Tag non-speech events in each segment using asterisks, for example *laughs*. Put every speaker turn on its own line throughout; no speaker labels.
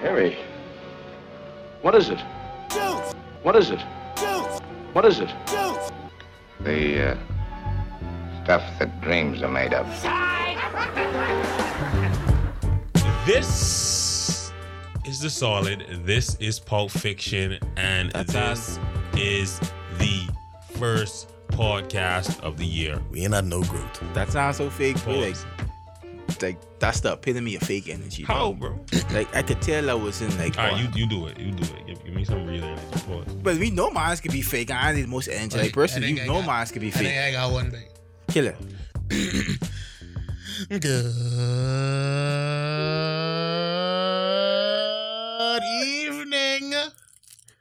Harry. What is it? What is it? What is it?
The uh, stuff that dreams are made of.
This is the solid. This is Pulp Fiction, and this is the first podcast of the year.
We ain't not no Groot.
That sounds so fake, bro. Like,
Pause.
like that's the epitome of fake energy.
How, bro?
Bro.
All
Like I could tell I was in like.
right,
oh,
you you do it. You do it. Give, give me some real energy. Pause.
But we know mines could be fake. and I need most energy. Like
Like, I
personally,
think
you
I
know
got-
mines could be
I think
fake.
I got one thing.
Killer.
Good evening,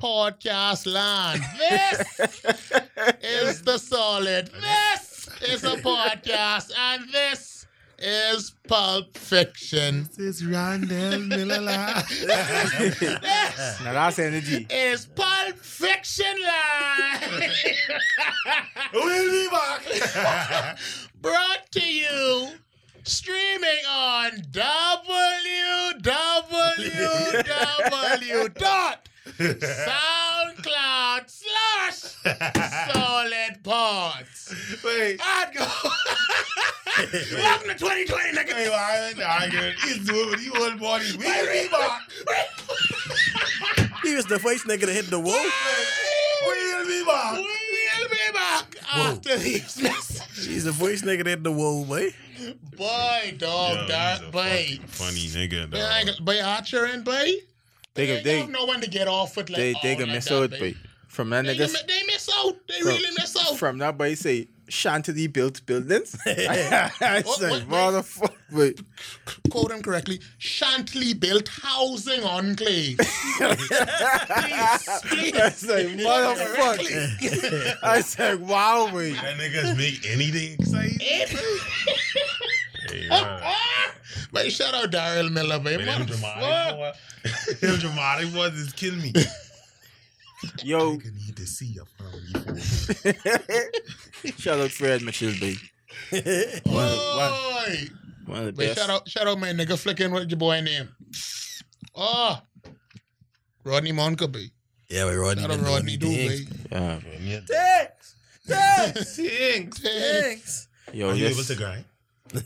podcast land. This *laughs* is the solid. This is a podcast, and this is Pulp Fiction.
This is Rondell Miller live.
This
Now that's energy.
is Pulp Fiction *laughs* Live,
*laughs* we'll be
*laughs*
back.
brought to you. Streaming on www. dot SoundCloud slash Solid Pods.
Wait.
I'd go. *laughs* Welcome to 2020,
Hey,
nigga.
why ain't I arguing? He's doing it. He won money. We'll be back.
He was the first nigga to hit the wall.
We'll be
We'll
back.
be back after these messages.
He's the first nigga that hit the wall, boy.
Boy, dog,
Yo, he's a
that boy.
fucking Funny nigga,
Man, I
dog.
got- Boy, Archer and boy.
They
They
could
don't
they
know when to get off with like
they
all
they could
like
miss
that,
out,
bae.
boy. From that
They,
niggas.
mi- they miss out. They
Bro,
really miss out.
From that boy say Shantity built buildings. *laughs* I
What-
said,
what- what-
motherfucker. Wait.
quote him correctly, Shantley built housing
*laughs*
enclave.
I said,
*laughs*
*laughs* motherfucker. I said, wow, wait.
That niggas make anything exciting. Hey, man.
but shout out Daryl Miller, man.
Man, them
Motherfucker.
dramatic boy- *laughs* them dramatic boys is killing
*laughs*
me.
Yo, *laughs*
You need to see your family.
shout out Fred Mitchell, baby. One of the,
Oi.
one, one of the
Wait,
best.
shout out, shout out my nigga flicking with your boy name. Oh, Rodney Monkaby.
Yeah, but Rodney.
Shout out
been doing
Rodney
these
Dubey.
things.
Yeah.
Thanks.
*laughs*
Thanks. Thanks. Thanks.
Yo,
Are you
yes.
able to grind?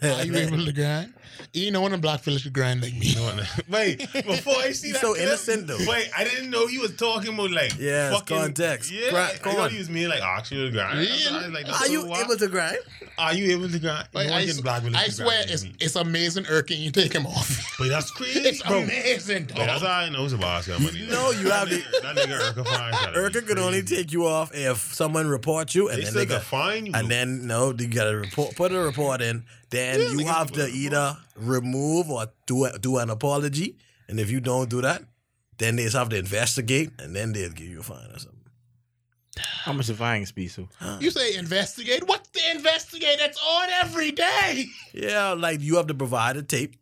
Are you able to grind? You know when a black fella should grind like me.
You want to- *laughs* Wait, before I see
He's
that,
so
clip-
innocent, though.
Wait, I didn't know he was talking about like
Yeah, it's
fucking
context.
Yeah,
Gra-
I thought
con.
he was meaning like actual grind.
Really?
I was like,
Are you able to grind?
Are you able to grind?
Like,
no
I,
one can black
I swear, it's, it's amazing irking you take him
*laughs*
off.
but that's crazy,
It's
bro.
amazing,
But that's
dog.
how I know it's about Oscar money.
No, you have
That
to-
nigga- That nigga Erica Fine. gotta
Erica
be
could only
crazy.
take you off if someone reports you, and
They
then
still
they
got
got.
fine you.
And then no, you gotta report, put a report in. Then
Yeah,
you
they can
have
put a
to
report.
either remove or do a, do an apology. And if you don't do that, then they just have to investigate, and then they'll give you a fine or something.
How much the fines be so?
You say investigate. What's the investigate? That's on every day.
Yeah, like you have to provide a tape,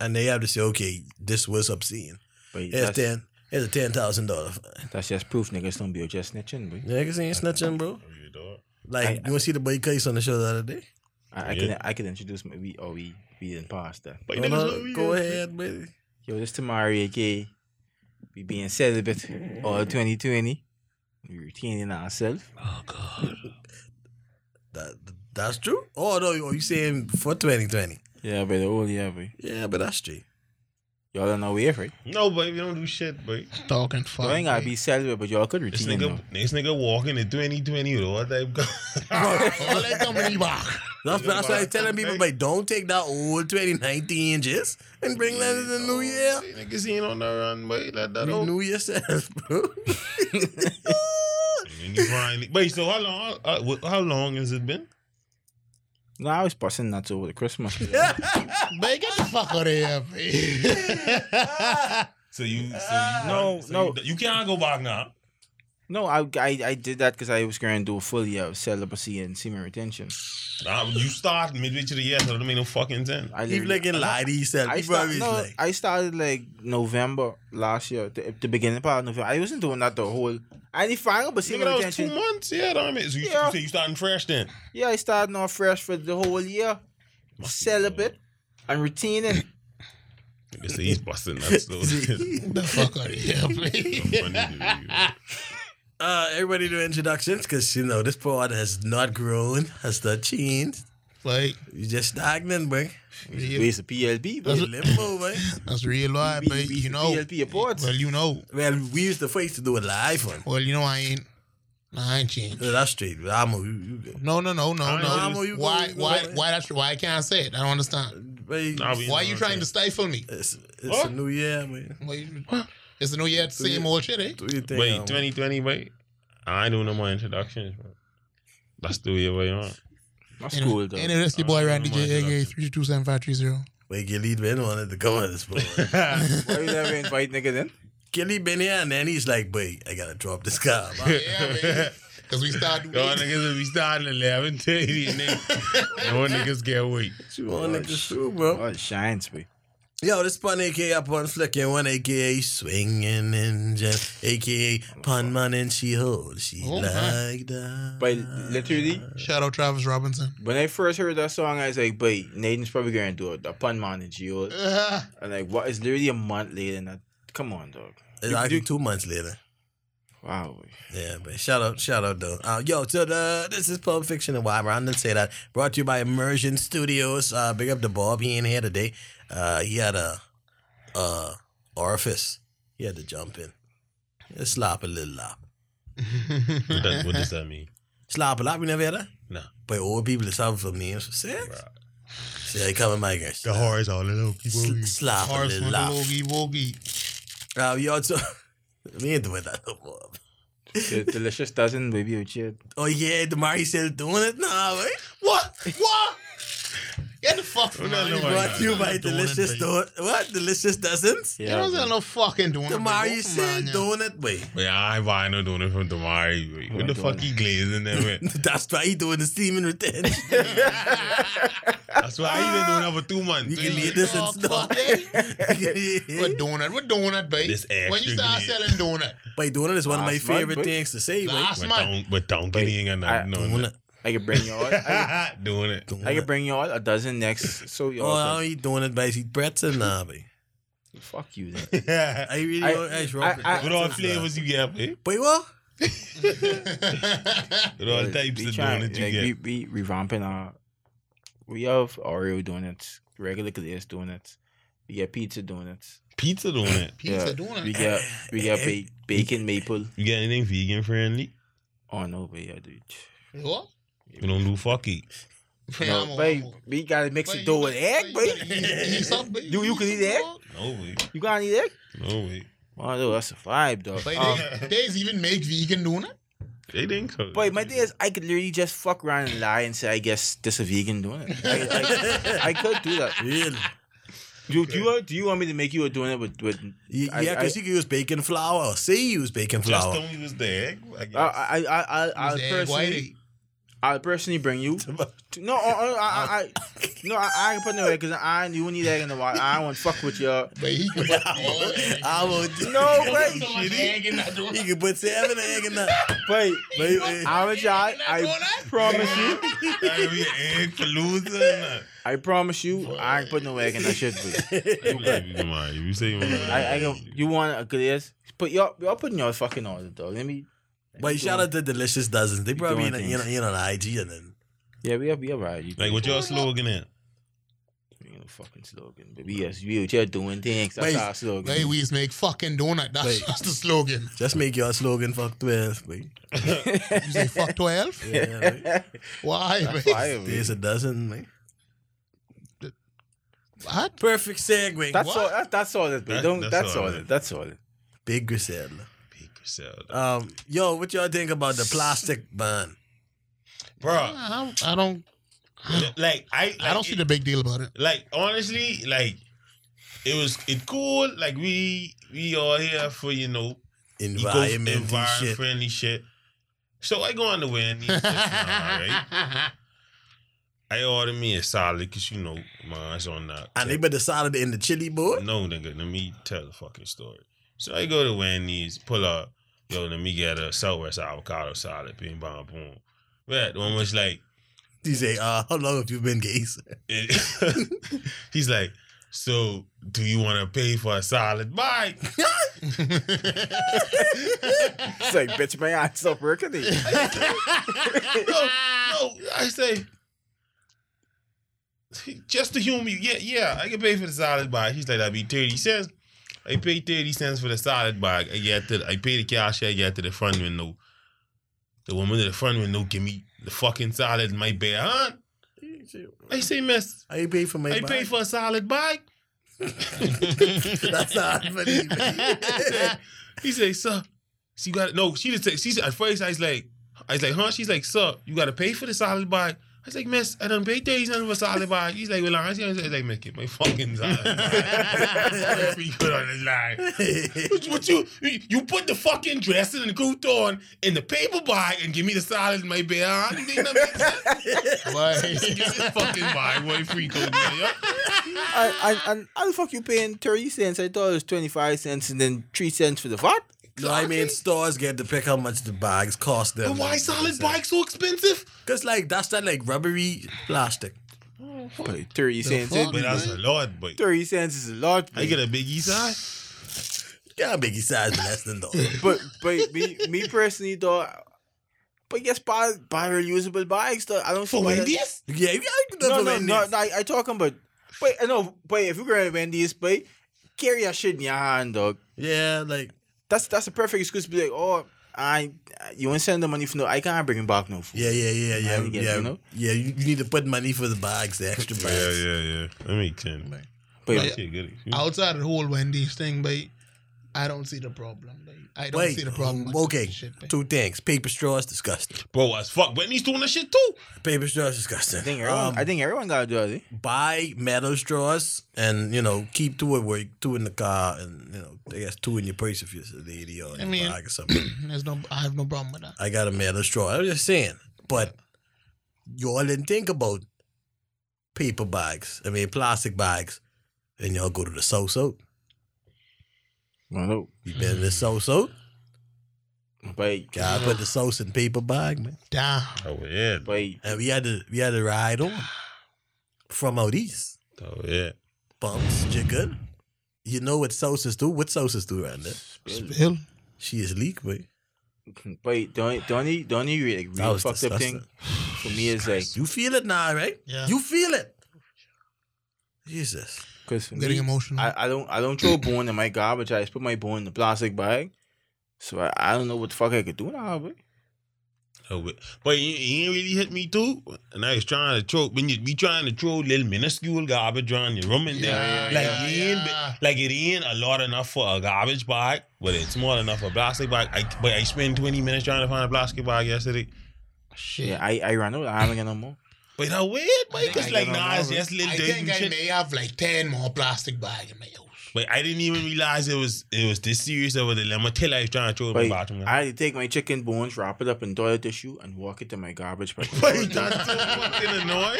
and they have to say, okay, this was obscene.
But
Here's
that's,
ten. Here's a ten thousand dollar fine.
that's just proof niggas don't be just snitching, boy.
Niggas ain't snitching, bro.
Oh,
Like
I-
you wanna see the boy case on the show the other day?
I, I
Yeah.
can I can introduce my we or we we didn't pass that.
But
No, no, go ahead, baby.
Yo, this Tamari Gay. We being celibate all 2020. We retaining ourselves.
Oh, *laughs* That that's true. Oh no, you you saying for twenty twenty?
Yeah, but the old yeah, boy.
Yeah, but that's *laughs* true.
Y'all don't know where, right?
No, but you don't do shit, but
Talking fuck.
Y'all ain't gotta be celibate, but y'all could
this
retain
nigga,
them.
this nigga walking in 2020 with all *laughs* type gun.
All that company back.
That's,
You
that's
know
why I'm
what?
telling people, but don't take that old 2019 just and bring that in the new year.
Niggas ain't on the run, but let that
Renew
out.
yourself, bro.
*laughs*
And you finally, wait, so how long? Uh, wh- how long has it been?
No, I was busting nuts over the Christmas.
Bae, get the fuck out of here, bae.
So you, so you
No,
so
no.
you, you can't go back now.
no, I, I I did that because I was going to do a full year of celibacy and semen retention.
Nah, you start midway through the year, so it don't make no fucking sense.
I
Keep looking lie to yourself.
I,
You
start,
probably
no,
like,
I started like November last year, the, the beginning part of November. I wasn't doing that the whole. I didn't find but
Nigga,
semen
that was two
retention.
months. Yeah, that I mean, so you,
Yeah.
so you starting fresh then.
Yeah, I started off fresh for the whole year, celibate and retaining.
They say he's busting nuts though.
Get the fuck out of here, please.
Uh, everybody do introductions because you know this pod has not grown, has not changed.
like,
You just stagnant, boy.
real,
It's a PLP,
You
but
limbo, boy.
that's real life,
we-
but
we-
you know.
PLP reports.
Well, you know.
Well, we used the face to do a live one.
Well, you know I ain't. I ain't changed.
So that's straight. I'm a, you, you good.
No, no, no, no,
I
no.
know you go-
why,
you go
why,
ahead.
why? That's why I can't say it. I don't understand.
Boy,
Nah, we-
Why are you
know
trying
what
to stifle me?
it's it's a
What?
new year, man.
Why you- It's the new year, same
yeah.
old shit, eh?
What do you think?
Wait,
um,
2020, wait. I ain't doing no more introductions, bro. That's the way way on.
that's
And-
cool though.
And it's your boy
Uh,
Randy
never
J,
mind,
aka
that's-
three two seven five three zero.
Wait, Gilly been wanted to come on this boy.
*laughs*
Why you never invite nigga then?
Gilly been here, and then he's like, "Boy, I gotta drop this car."
*laughs*
man."
*laughs*
Because we start doing.
Y'all niggas will be starting at 11 30 nigga. No niggas get away.
She wanted to shoot, bro.
Oh, it shines, boy.
Yo, this pun aka Pun Flicking One aka Swinging Ninja aka Pun Man and She Hold She
Oh, man.
Like That.
But literally,
Shout out Travis Robinson.
when I first heard that song, I was like, but Nathan's probably going to do it. The pun man and Geo.
Uh,
And like, what? It's literally a month later. And I, come on, dog.
It's actually two months later.
Wow. boy.
Yeah, but shout out, shout out though. Uh, yo, so the this is Pulp Fiction and why Brandon say that. Brought to you by Immersion Studios. Uh, big up to Bob. He ain't here today. Uh, he had a uh orifice. He had to jump in. Yeah, slap a little lap.
What, that, what does that mean?
Slap a lap. We never heard that.
Nah.
But old people is having some names for
Bro.
sex. See, they coming my girls.
horizontal okey
Sl- slap a
Horace
little lap.
Woogie Woogie.
Uh, we also *laughs* we ain't doing that no more.
The delicious dozen, baby. Oh, shit.
Oh yeah, the Mari still doing it now, right?
What? What? Get the fuck from
not
me.
doing
Brought to you by
Doing
Delicious
it,
Do- What? Delicious Dozens?
You don't
boy.
sell no fucking doing. it, but
Tomorrow
go
you
for
said
mine, yeah.
donut way.
But yeah, I ain't buying no donut from Damari. Wait, What
I
the
don't.
fuck he glazing there with?
*laughs* That's why he doing the semen retention.
*laughs*
That's why I ain't been doing that for two months.
You
Three
can leave
months.
this and
Oh,
stop.
fuck
*laughs*
it. What donut? What donut, babe?
This
When you
extra
start
meat.
selling
*laughs*
donut,
But donut is one of my
Last month,
favorite
boy.
things to say, right?
last
But
month.
don't, but don't get
Wait,
in and
I-
nothing on
*laughs* Donut.
that.
I could bring y'all. I
*laughs* Doing it.
could, I could bring y'all a dozen next. So y'all.
Oh,
can-
I don't eat donut by eat pretzel now, boy.
Fuck you. Then.
what
*laughs* I really
I-
don't ask
I- I-
all flavors you get, eh?
But what?
What all types
we
of
try-
donuts you
like,
get?
We, we revamping our. We have Oreo donuts, regular glaze donuts. We get pizza donuts.
Pizza donut.
Pizza
yeah,
donut.
We get we
*laughs*
get ba- bacon maple.
You get anything vegan friendly?
Oh no, but yeah, dude.
What?
We don't do fuck eat.
Yeah, I'm
No,
a-
babe,
I'm a-
we gotta mix
Babe,
it though
you
with
gotta-
egg,
babe,
babe.
you gotta eat- eat something, babe.
You- you can eat egg?
No way.
You gotta eat egg?
No way.
Oh no, that's a vibe, dog.
Babe,
Um,
they, they's even make vegan donut.
They didn't cook.
Boy, my thing is, I could literally just fuck around and lie and say, I guess this a vegan donut. I, I, I could do
*laughs*
that. *laughs*
Really?
Do, do, you, uh, do you want me to make you a donut with. with I-
Yeah, because
I-
you can use bacon flour. Say you use bacon
Just
flour.
tell me was the egg. I guess.
I, I, I, I, I'll,
It's egg
personally,
whitey.
I'll personally bring you. to- No, uh, uh, I, I, I, no, I, I can put no egg because I, you need egg in the water. I won't fuck with you.
Babe,
*laughs*
he can put all that
*laughs*
Ah,
I won't.
No,
egg. So
wait,
much egg in that
You
donut.
can put seven egg in that.
wait.
Baby.
I, would- I, I promise you,
*laughs*
*laughs* I be an egg for loser.
I promise you, I ain't put no egg in that shit. But
*laughs*
You say you want
I, I can, you want a glaze? Put y'all, y'all putting your fucking order though. Let me.
But shout out to Delicious Dozens. They probably in,
doing
a, in, a,
things.
in an IG and then
Yeah, we have, we have right.
Like, what your slogan is?
You know, fucking slogan, but yes, we are doing things. That's
Wait,
our slogan.
Babe, we just make fucking donut. That's,
Wait.
that's the slogan.
just make your slogan fuck 12. Boy.
*laughs*
You say
*laughs*
fuck 12?
Yeah, boy.
Why,
*laughs* That's
babe?
fire,
There's
man.
a dozen, man.
What?
Perfect segue.
That's
What?
all. That, that's all it. That,
That-
Don't.
that's
That's
all
all
it.
it. That's all it.
Big Griselda.
Pick yourself.
Um, yo, what y'all think about the plastic ban?
Bro,
I, I don't.
like, I, like,
I don't see
it-
the big deal about it.
like honestly, like it was it cool. Like we we all here for you know
Environment and shit.
friendly shit. So I go on the way and eat
*laughs*
this now, right? I order me a salad because you know mine's on that.
And they
tip.
better solid in the chili board.
no nigga, let me tell the fucking story. So I go to Wendy's, pull up, yo, let me get a Southwest avocado salad, bing bong boom. But the one was like,
He say, uh, how long have you been gay?
it- *laughs* he's like, So, do you want to pay for a solid bike?
It's like, bitch, my eyes still
*laughs*
working.
*laughs*
no, no. I say, just the humor. Yeah, yeah. I can pay for the solid bag. He's like, that'd be thirty cents. I pay thirty cents for the solid bag. I get to, I pay the cash. I get to the front window. The woman at the front window give me the fucking solid in my bare hand. I say, miss,
I pay for my
I
bike.
pay for a solid bag.
*laughs*
*laughs*
That's not funny. man.
He say, sir, she got no. She just said, she said, at first I was like, I was like, huh? She's like, sir, you gotta pay for the solid bag. I was like, miss, I done paid thirty cents for a solid bag. He's like, well, I said, I was like, make it my fucking *laughs* solid bag. Be good on this line.
*laughs*
What, what you you put the fucking dress and the coat on in the paper bag and give me the solid in my bag? Huh? You think that makes sense?
*laughs*
Give me the fucking bag, boy, free coat, man. yeah?
I, I, I, how the fuck you paying 30 cents? I thought it was 25 cents and then 3 cents for the VAT.
no, I mean stores get to pick how much the bags cost them.
But why solid bag so expensive?
Cause like that's that like rubbery plastic.
But 30 cents.
fuck?
is-
But that's a lot, boy.
30 cents is a lot.
I
man.
get a big east side.
Yeah, biggie size but
*laughs*
less than dollar.
but but me me personally though, but yes, buy buy reusable bags. Though I don't see
For
why that-
Wendy's?
Yeah, you gotta do that
No,
for
no,
Wendy's.
no, no. I, I talking about. But I know. But if you're going to Wendy's, but carry your shit in your hand, dog.
Yeah, like
That's that's a perfect excuse to be like, oh, I you want to send the money for no, I can't bring back no food.
yeah, yeah, yeah, yeah,
get it,
yeah.
you know?
Yeah, you, you need to put money for the bags, the extra bags.
Yeah, yeah, yeah. That makes sense.
But
Yeah.
Okay, good. excuse.
Outside the whole Wendy's thing, but I don't see the problem. But I don't
Wait, um,
see the problem. with
okay,
that shit, but-
two things. Paper straws, disgusting.
Bro, as fuck. Whitney's doing that shit too.
Paper straws,
I think
disgusting.
everyone,
Um,
I think everyone got to do it. eh?
buy metal straws and you know keep two at work, two in the car, and you know I guess two in your purse if you're a lady or in
I
your
mean-
bag or something.
There's no, I have no problem with that.
I got a metal straw. I'm just saying, but y'all didn't think about paper bags. I mean plastic bags, and y'all go to the south south.
Well, no.
You been to the south south?
But
God put the sauce in paper bag, man.
Damn.
Oh yeah.
but
And we had to we had to ride on from out east.
Oh yeah.
Bumps, jiggle. You know what sauces do? What sauces do around there?
Bill.
She is leak, boy.
but don't don't don't you really, like,
That
really
was
fucked up
disgusting.
thing for me is like
You feel it now, right?
Yeah.
You feel it. Jesus.
because for
I'm getting
me,
emotional.
Mm-hmm.
I, I don't I don't throw bone in my garbage. I just put my bone in the plastic bag. So I, I don't know what the fuck I could do now, but
Oh, but, but you, you ain't really hit me too. And I was trying to throw when you be trying to throw little minuscule garbage around your room in there.
Yeah,
like
yeah,
it ain't bi-
yeah.
like it ain't a lot enough for a garbage bag, but it's small enough for a plastic bag. I, but I spent 20 minutes trying to find a plastic bag yesterday.
Shit.
yeah, I, I ran out. I haven't got no more.
But how weird,
I
boy,
think
because
I
like
got
nah, it's
another.
just little
I
dirt
think
and
I
shit.
may have like 10 more plastic bags in my house.
But I didn't even realize it was it was this serious of a dilemma till I was trying to throw it in
But
the bathroom.
I had to take my chicken bones, wrap it up in toilet tissue, and walk it to my garbage bag.
*laughs* Wait, that's so fucking annoying.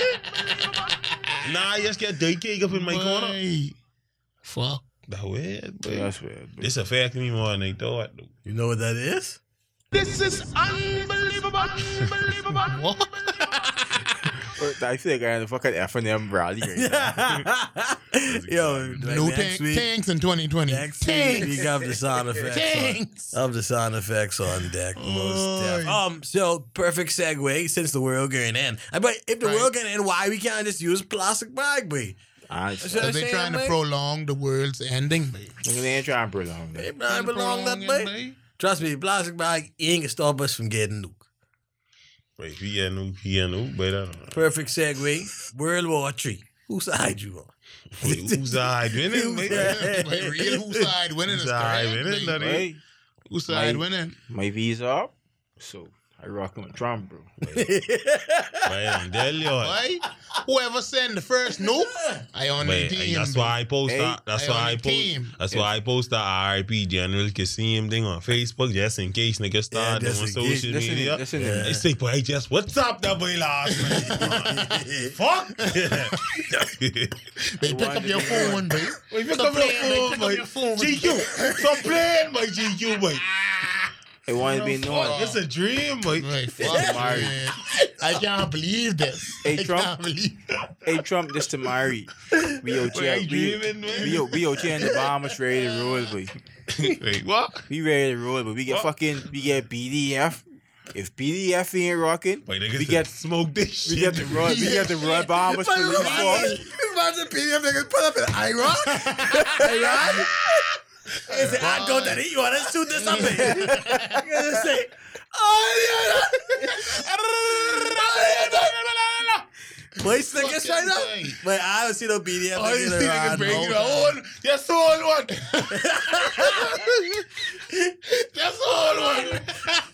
Nah, I just get dirt cake up in my corner.
Boy. Fuck.
That weird, but
Yeah,
*laughs*
that's weird. but-
this affected me more than I thought. though.
You know what that is?
What?
but I feel like I had a fucking F and M
*laughs*
rally right now.
*laughs* Yo, like
no
next
tank,
week.
tanks in 2020.
Next week
tanks.
we got the sound *laughs* effects.
Tanks.
On, of the sound effects on deck, most
Oh,
def.
yeah.
Um, so perfect segue since the world going end. I But if the
Right.
world going end, why we can't just use plastic bag, boy?
I
That's
So
what
they're
I'm
trying to
saying,
prolong the world's ending,
*laughs*
babe.
ain't trying to prolong
They
that.
not belong that
Prolong it,
way.
babe.
Trust me, plastic bag ain't gonna stop us from getting nuked.
Wait, he got no, he got no, but uh, I don't know.
Perfect *laughs* segue. World War Three. Whose side you on?
Wait, Who's I doing it?
Who's
Wait,
I?
But real who side winning is
Who's side
correct,
winning,
babe.
buddy?
Hey,
Who side
Mate.
winning?
my visa up, so I rocking with Trump, bro.
Wait, I'm telling you. Wait,
Why? Whoever send the first nope, I on the team.
that's
bro.
why I post
Hey,
that. That's
I
why
on
I
the
post.
team.
That's why I post that RIP General Kasim thing on Facebook just in case niggas start
just
doing
in case.
social
Listen,
media.
listen,
Yeah.
They say, boy, just what's up, that boy last man? Fuck!
They pick up your phone, babe.
Wait, pick
Stop
up your
playing, babe.
phone,
Pick up
boy.
your phone.
GQ, stop playing, my GQ, boy.
It wanted to be known.
It's a dream, boy.
Like, fuck, man. I can't believe this.
Hey,
I
Trump.
can't believe that.
Hey Trump, this to Mari. We out
Boy,
here.
I
We,
dreaming, man.
we, out- we out here in the Bahamas ready to roll, boy.
Wait, what?
We ready to roll, but we get
What?
fucking we get BDF. If BDF ain't rocking,
Wait, niggas
we get
smoke this shit.
we get the run we get the run Bahamas
But
police force.
imagine PDF niggas put up an
*laughs*
Iraq. Iraq? They say, I go that you want to shoot this up here. *laughs* They say, oh, yeah. Place niggas right now.
Fucking thing.
But I don't see no BDF
Oh, you
niggas
see, nigga,
around.
bring
no.
the whole, that's the whole *laughs* one. that's the whole one.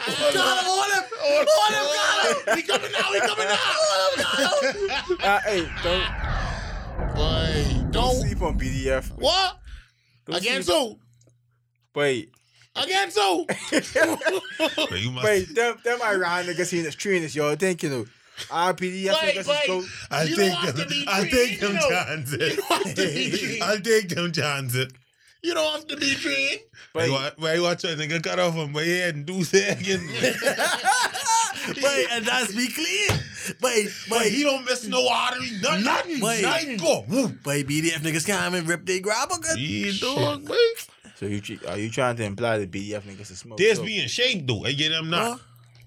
Oh,
Got him, hold him. Hold him, got him.
We coming out, we coming out.
Uh, hey, don't
Boy,
don't
don't.
sleep on BDF. boy.
What?
Don't
Against
sleep-
who?
Wait,
Against who?
Wait, you must.
wait, them them Iran niggas in the street is y'all thinking of. Ah, Our BDF
Wait,
niggas is
wait.
go.
I
You
think
don't have
*laughs*
to
them,
be
I think
dreaming,
them
though.
Johnson. *laughs* I think them Johnson.
You don't have to be trained.
Why
Wait,
you wa- why you watch that nigga cut off on my head and do that again?
*laughs*
Wait, and that's be clear. Wait,
But he
wait.
don't miss no artery, nothing, nothing,
Wait.
nothing go. Woo.
Wait, BDF niggas come and rip their grabber good.
He dog, boy.
so you tr- are you trying to imply that BDF niggas is smoke?
This
So,
being shaped though. I get them
Huh?
not.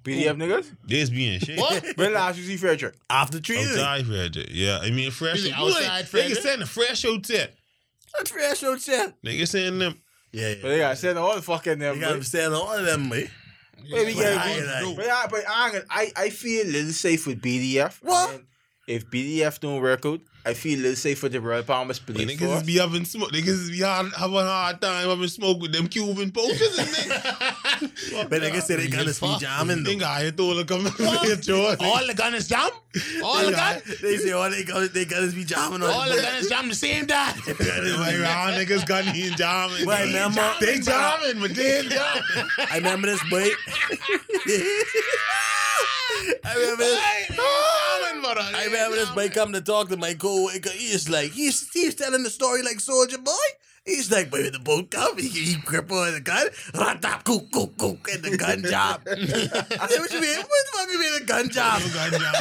BDF niggas.
This being shaped.
What?
When last you see Frederick?
After treason.
Outside Frederick. Yeah, I mean fresh.
Really,
out- Look,
outside
They
Frederick?
Nigga saying the fresh hotel.
That's trash old shit.
Nigga saying them.
Yeah,
But
yeah.
they got send all the fucking them.
You gotta
boy.
stand all of them, eh? mate.
Wait, we
But
gotta
I
go-
like-
But I, but I, ain't- I, I feel a little safe with BDF.
What?
And If BDF don't work out, I feel a little safe with the Royal Palmer's
But
police
niggas
force.
is be having smoke. Niggas is be hard, having a hard time having smoke with them Cuban posters and niggas.
But like I said, they gotta be jamming though.
Think I had to come All
the gunners jump. All
They got- They say all they got they gotta be jamming on. the-
jump the same *laughs* time.
Like, ah, niggas got in jamming.
Wait,
They
man,
jamming,
I'm-
They jamming, but they ain't jamming.
I remember this
*laughs*
boy. *laughs* I remember this. I remember this boy come to talk to my coworker. He's like, he's, he's telling the story like Soldier Boy. He's like, where the boat come? He, he grip on the gun, rat tap, cook, cook, cook, and the gun
*laughs*
job. I said, what you mean? What the fuck you mean a gun job?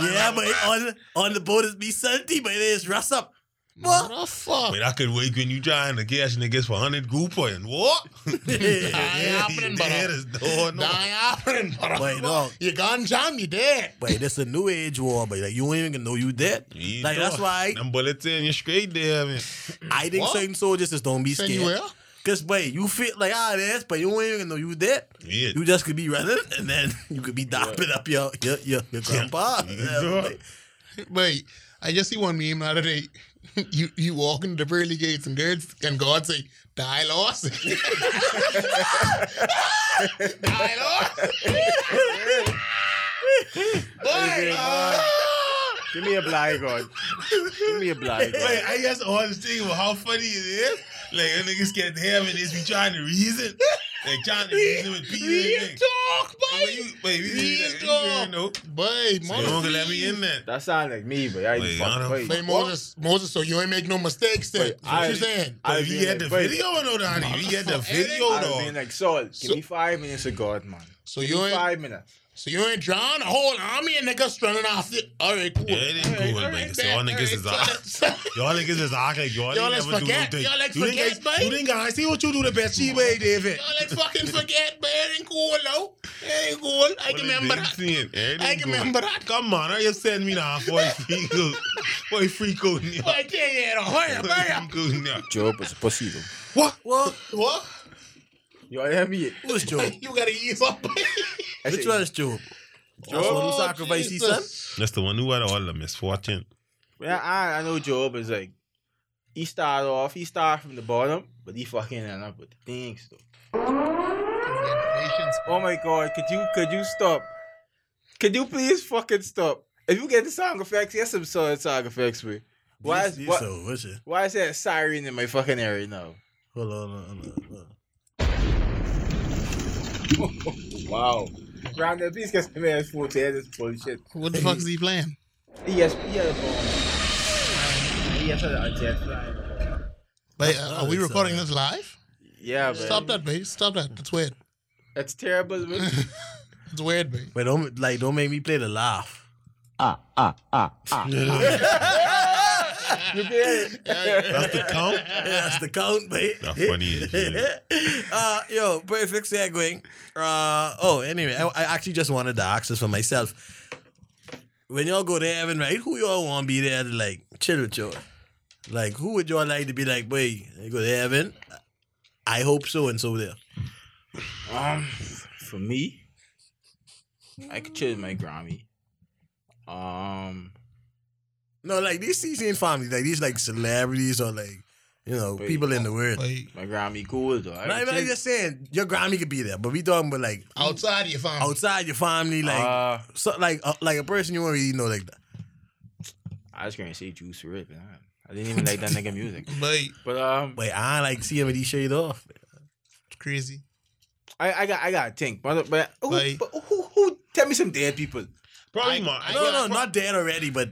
yeah, but on on the boat is me Sunday, but it is Russ up. What?
What the fuck?
Wait, I could wake when you trying to cash niggas for 100 grouper and what? *laughs*
happening, brother.
That is no, no.
That ain't happening, brother.
Wait, no.
You gun jump, you dead.
Wait, this a new age war, but like, you ain't even gonna know you dead.
You
Like,
know
that's
it.
why
Them bullets in, you straight there, man.
I think
What?
certain soldiers just don't be
Send you
scared.
where?
Cause wait, you feel like ah this, but you ain't even know you dead.
Yeah.
You just could be running, and then *laughs* you could be dopping up your your your,
*laughs*
your grandpa.
Yeah.
Yeah, like,
Wait, I just see one meme the other day. *laughs* You you walk into the pearly gates and God, and God say, "Die *laughs* lost." Die *laughs* lost.
Hey, man, Give me a blind guard. Give me a
Wait,
blind guard.
I guess all this thing about how funny it is. Like, a niggas get to heaven is we trying to reason. Like, trying to reason with people.
Real
and things.
talk,
But
boy.
you, Oh, wait, we
Real
you
talk.
know,
Boy,
you
Moses.
don't gonna let me in there.
That sound like me, but I ain't
Wait, I
fuck.
don't-
Wait,
Wait, Moses, Moses, so you ain't make no mistakes then. That's
Wait,
what
I-
you saying?
I
But if
be
you get
like,
the
wait,
video, no, Donnie. We
*laughs*
get the video,
I
though.
being like, Saul, give
So-
me five minutes of God, man.
So
Give
you
me
ain't-
five minutes.
So you ain't drawing a whole army and niggas running off it. All right, cool.
Yeah, it ain't cool, niggas. So all niggas is
is
Y'all niggas is act like y'all,
Y'all
ain't
let's
never
forget.
do no thing.
Y'all let's
you
forget,
think,
boy.
You think I see what you do the best she way,
*laughs*
David?
Y'all like fucking forget, but it ain't cool though. It ain't cool. I can remember that. I can remember that.
Come on, are you send me now, boy? *laughs* Freak out, boy, freak out now.
Boy, I tell you, it hurry up, hurry up.
Freak out now.
Job was a pussy, though.
What?
well,
What?
Y'all hear me?
who's Job?
*laughs* You gotta ease up.
I
Which
said,
one is Job? Job
Oh,
who sacrificed his son?
Jesus.
That's the one who had all the misfortune.
Well, I, I know Job is like, he started off, he started from the bottom, but he fucking ended up with the things, though. Oh my god, could you could you stop? Could you please fucking stop? If you get the sound effects, yes, some solid sound effects, man. Why is
Yes, yes,
what,
So, what's it?
why is that siren in my fucking area now?
Hold on, hold on, hold on, hold on.
Wow. Brandon, please get some ass food to hear this bullshit.
What the fuck is he playing?
Yes, he had a bomb. He has a jet flying.
Wait, uh, are we
it's,
recording
uh,
this live?
Yeah, man.
Stop that, babe. Stop that. That's weird.
That's terrible. but-
It's weird, man.
But don't like don't make me play the laugh.
You get
*laughs*
*laughs*
it?
That's the count.
That's the count, mate.
That's funny as shit.
*laughs* uh, yo, perfect segue. Uh, oh, anyway, I, I actually just wanted to ask this for myself. When y'all go to heaven, right? Who y'all want to be there to like chill with y'all? Like, who would y'all like to be like, boy, you go to heaven? I hope so and so there.
Um, for me, I could choose my Grammy. Um,
No, like these these ain't families, like these like celebrities or like you know
Wait,
people in the world.
Like,
my Grammy cool though. I
No, I'm
could
not
choose-
just saying your Grammy could be there, but we talking about like
outside of your farm.
outside your family, like
Mm. uh,
so, like uh, like a person you don't really know like that.
I was gonna say Juice Rip. man. I didn't even like that nigga
*laughs*
music.
But
But um,
Wait, I like see him with these shades off.
it's crazy.
I, I got I got to think, but but who,
Like-
but who who tell me some dead people?
Probably
I-
my.
I
No,
got-
no, not dead already, but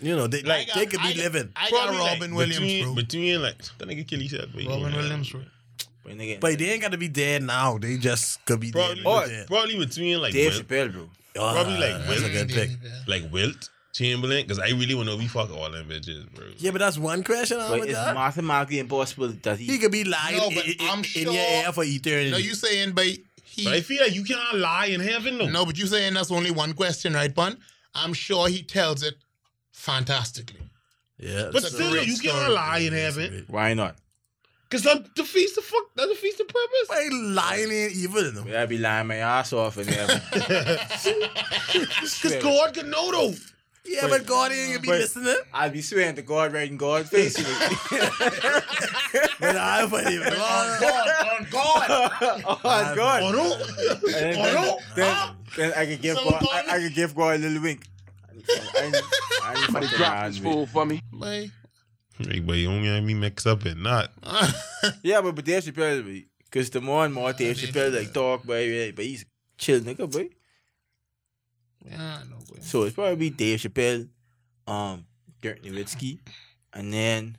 you know they
I
like
got-
they could be
I got-
living.
I got
probably
Robin
like,
Williams,
between,
bro.
Between like that nigga kill himself. but he
Robin
gonna die.
Williams, bro.
But nigga,
But they ain't got to be dead now. They just could be
Probably,
dead.
Or-
dead.
probably between like
Dave
Wilt,
Chappelle, bro.
Ah,
probably like
that's a
Will.
good pick.
Yeah.
like Wilt Chamberlain, because I really want to know if we fuck all them bitches, bro.
Yeah, but that's one question. I
But
would
it's
ask.
mathematically impossible that
Oh, He
he.
could be lying
No,
i-
but
i- i-
I'm
in
sure-
your ear for eternity.
No, you saying, but he.
But I feel like you cannot lie in heaven, though.
No, but you saying that's only one question, right, Pun? I'm sure he tells it fantastically.
yeah,
but
so-
still,
great
you cannot
story.
lie in heaven,
Why not?
because that defeats the fuck. That defeats the purpose.
Why lying ain't evil? You know?
But I be lying my ass off and
*laughs*
everything.
Because God can know though.
Yeah, but God ain't gonna be
But-
listening.
I be swearing to God right
*laughs*
in God's face. you know.
But I for
*laughs*
you.
*laughs*
God, on God.
oh my God!
Oh no!
And
Oh no!
then,
Ah!
then I could give
Someone
God, I,
call me.
I could give God a little wink. I, I, I, ain't
Somebody
fucking
drop
around,
this
man.
fool for me.
Like,
Hey, but you don't get me mixed up and not.
Ah.
Yeah, but, but Dave Chappelle, because the more and more Dave Chappelle like talk, boy, but he's chill nigga, boy.
yeah, no way.
So it's probably Dave Chappelle, um, Dirk Nowitzki, and then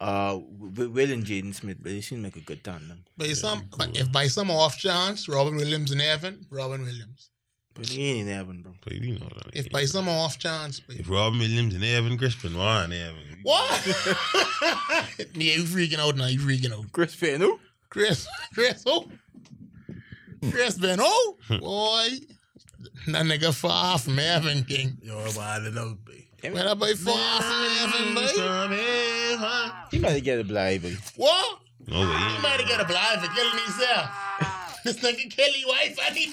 uh, W- W- Will and Jaden Smith. But they seem like a good tandem.
By some, but if by some off chance Robin Williams in heaven, Robin Williams.
But he ain't in heaven, bro.
But you know that.
If by some off chance, but-
if Robin Williams and Evan Crispin were in heaven,
what? *laughs* yeah, you freaking out now. You freaking out,
Chris Finn, who?
Chris. Chris, oh, Chris Ben, oh, boy, that nigga far from heaven, King.
Yo, wild enough, baby.
When I by far from heaven, boy.
He might get a blind, boy.
What?
No
You
way.
Ah, might have got a blind for killing himself. this nigga kill your wife and he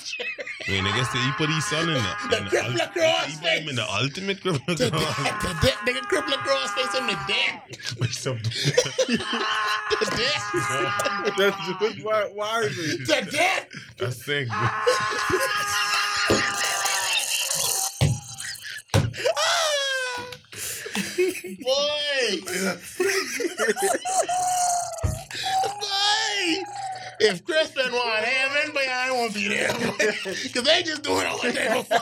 Wait, nigga, say you put his son in
*laughs*
the, in the
Crippler
ult-
Cross
you put him in the ultimate crippler
The
cross.
death, the death, nigga cripple across face him to death.
Wait, some-
To death.
*laughs* why, why is it?
To death.
*laughs* That's sick, bro.
Boy. *laughs* Boy. If Chris been one heaven, but I won't be *laughs* there. Because they just doing all that for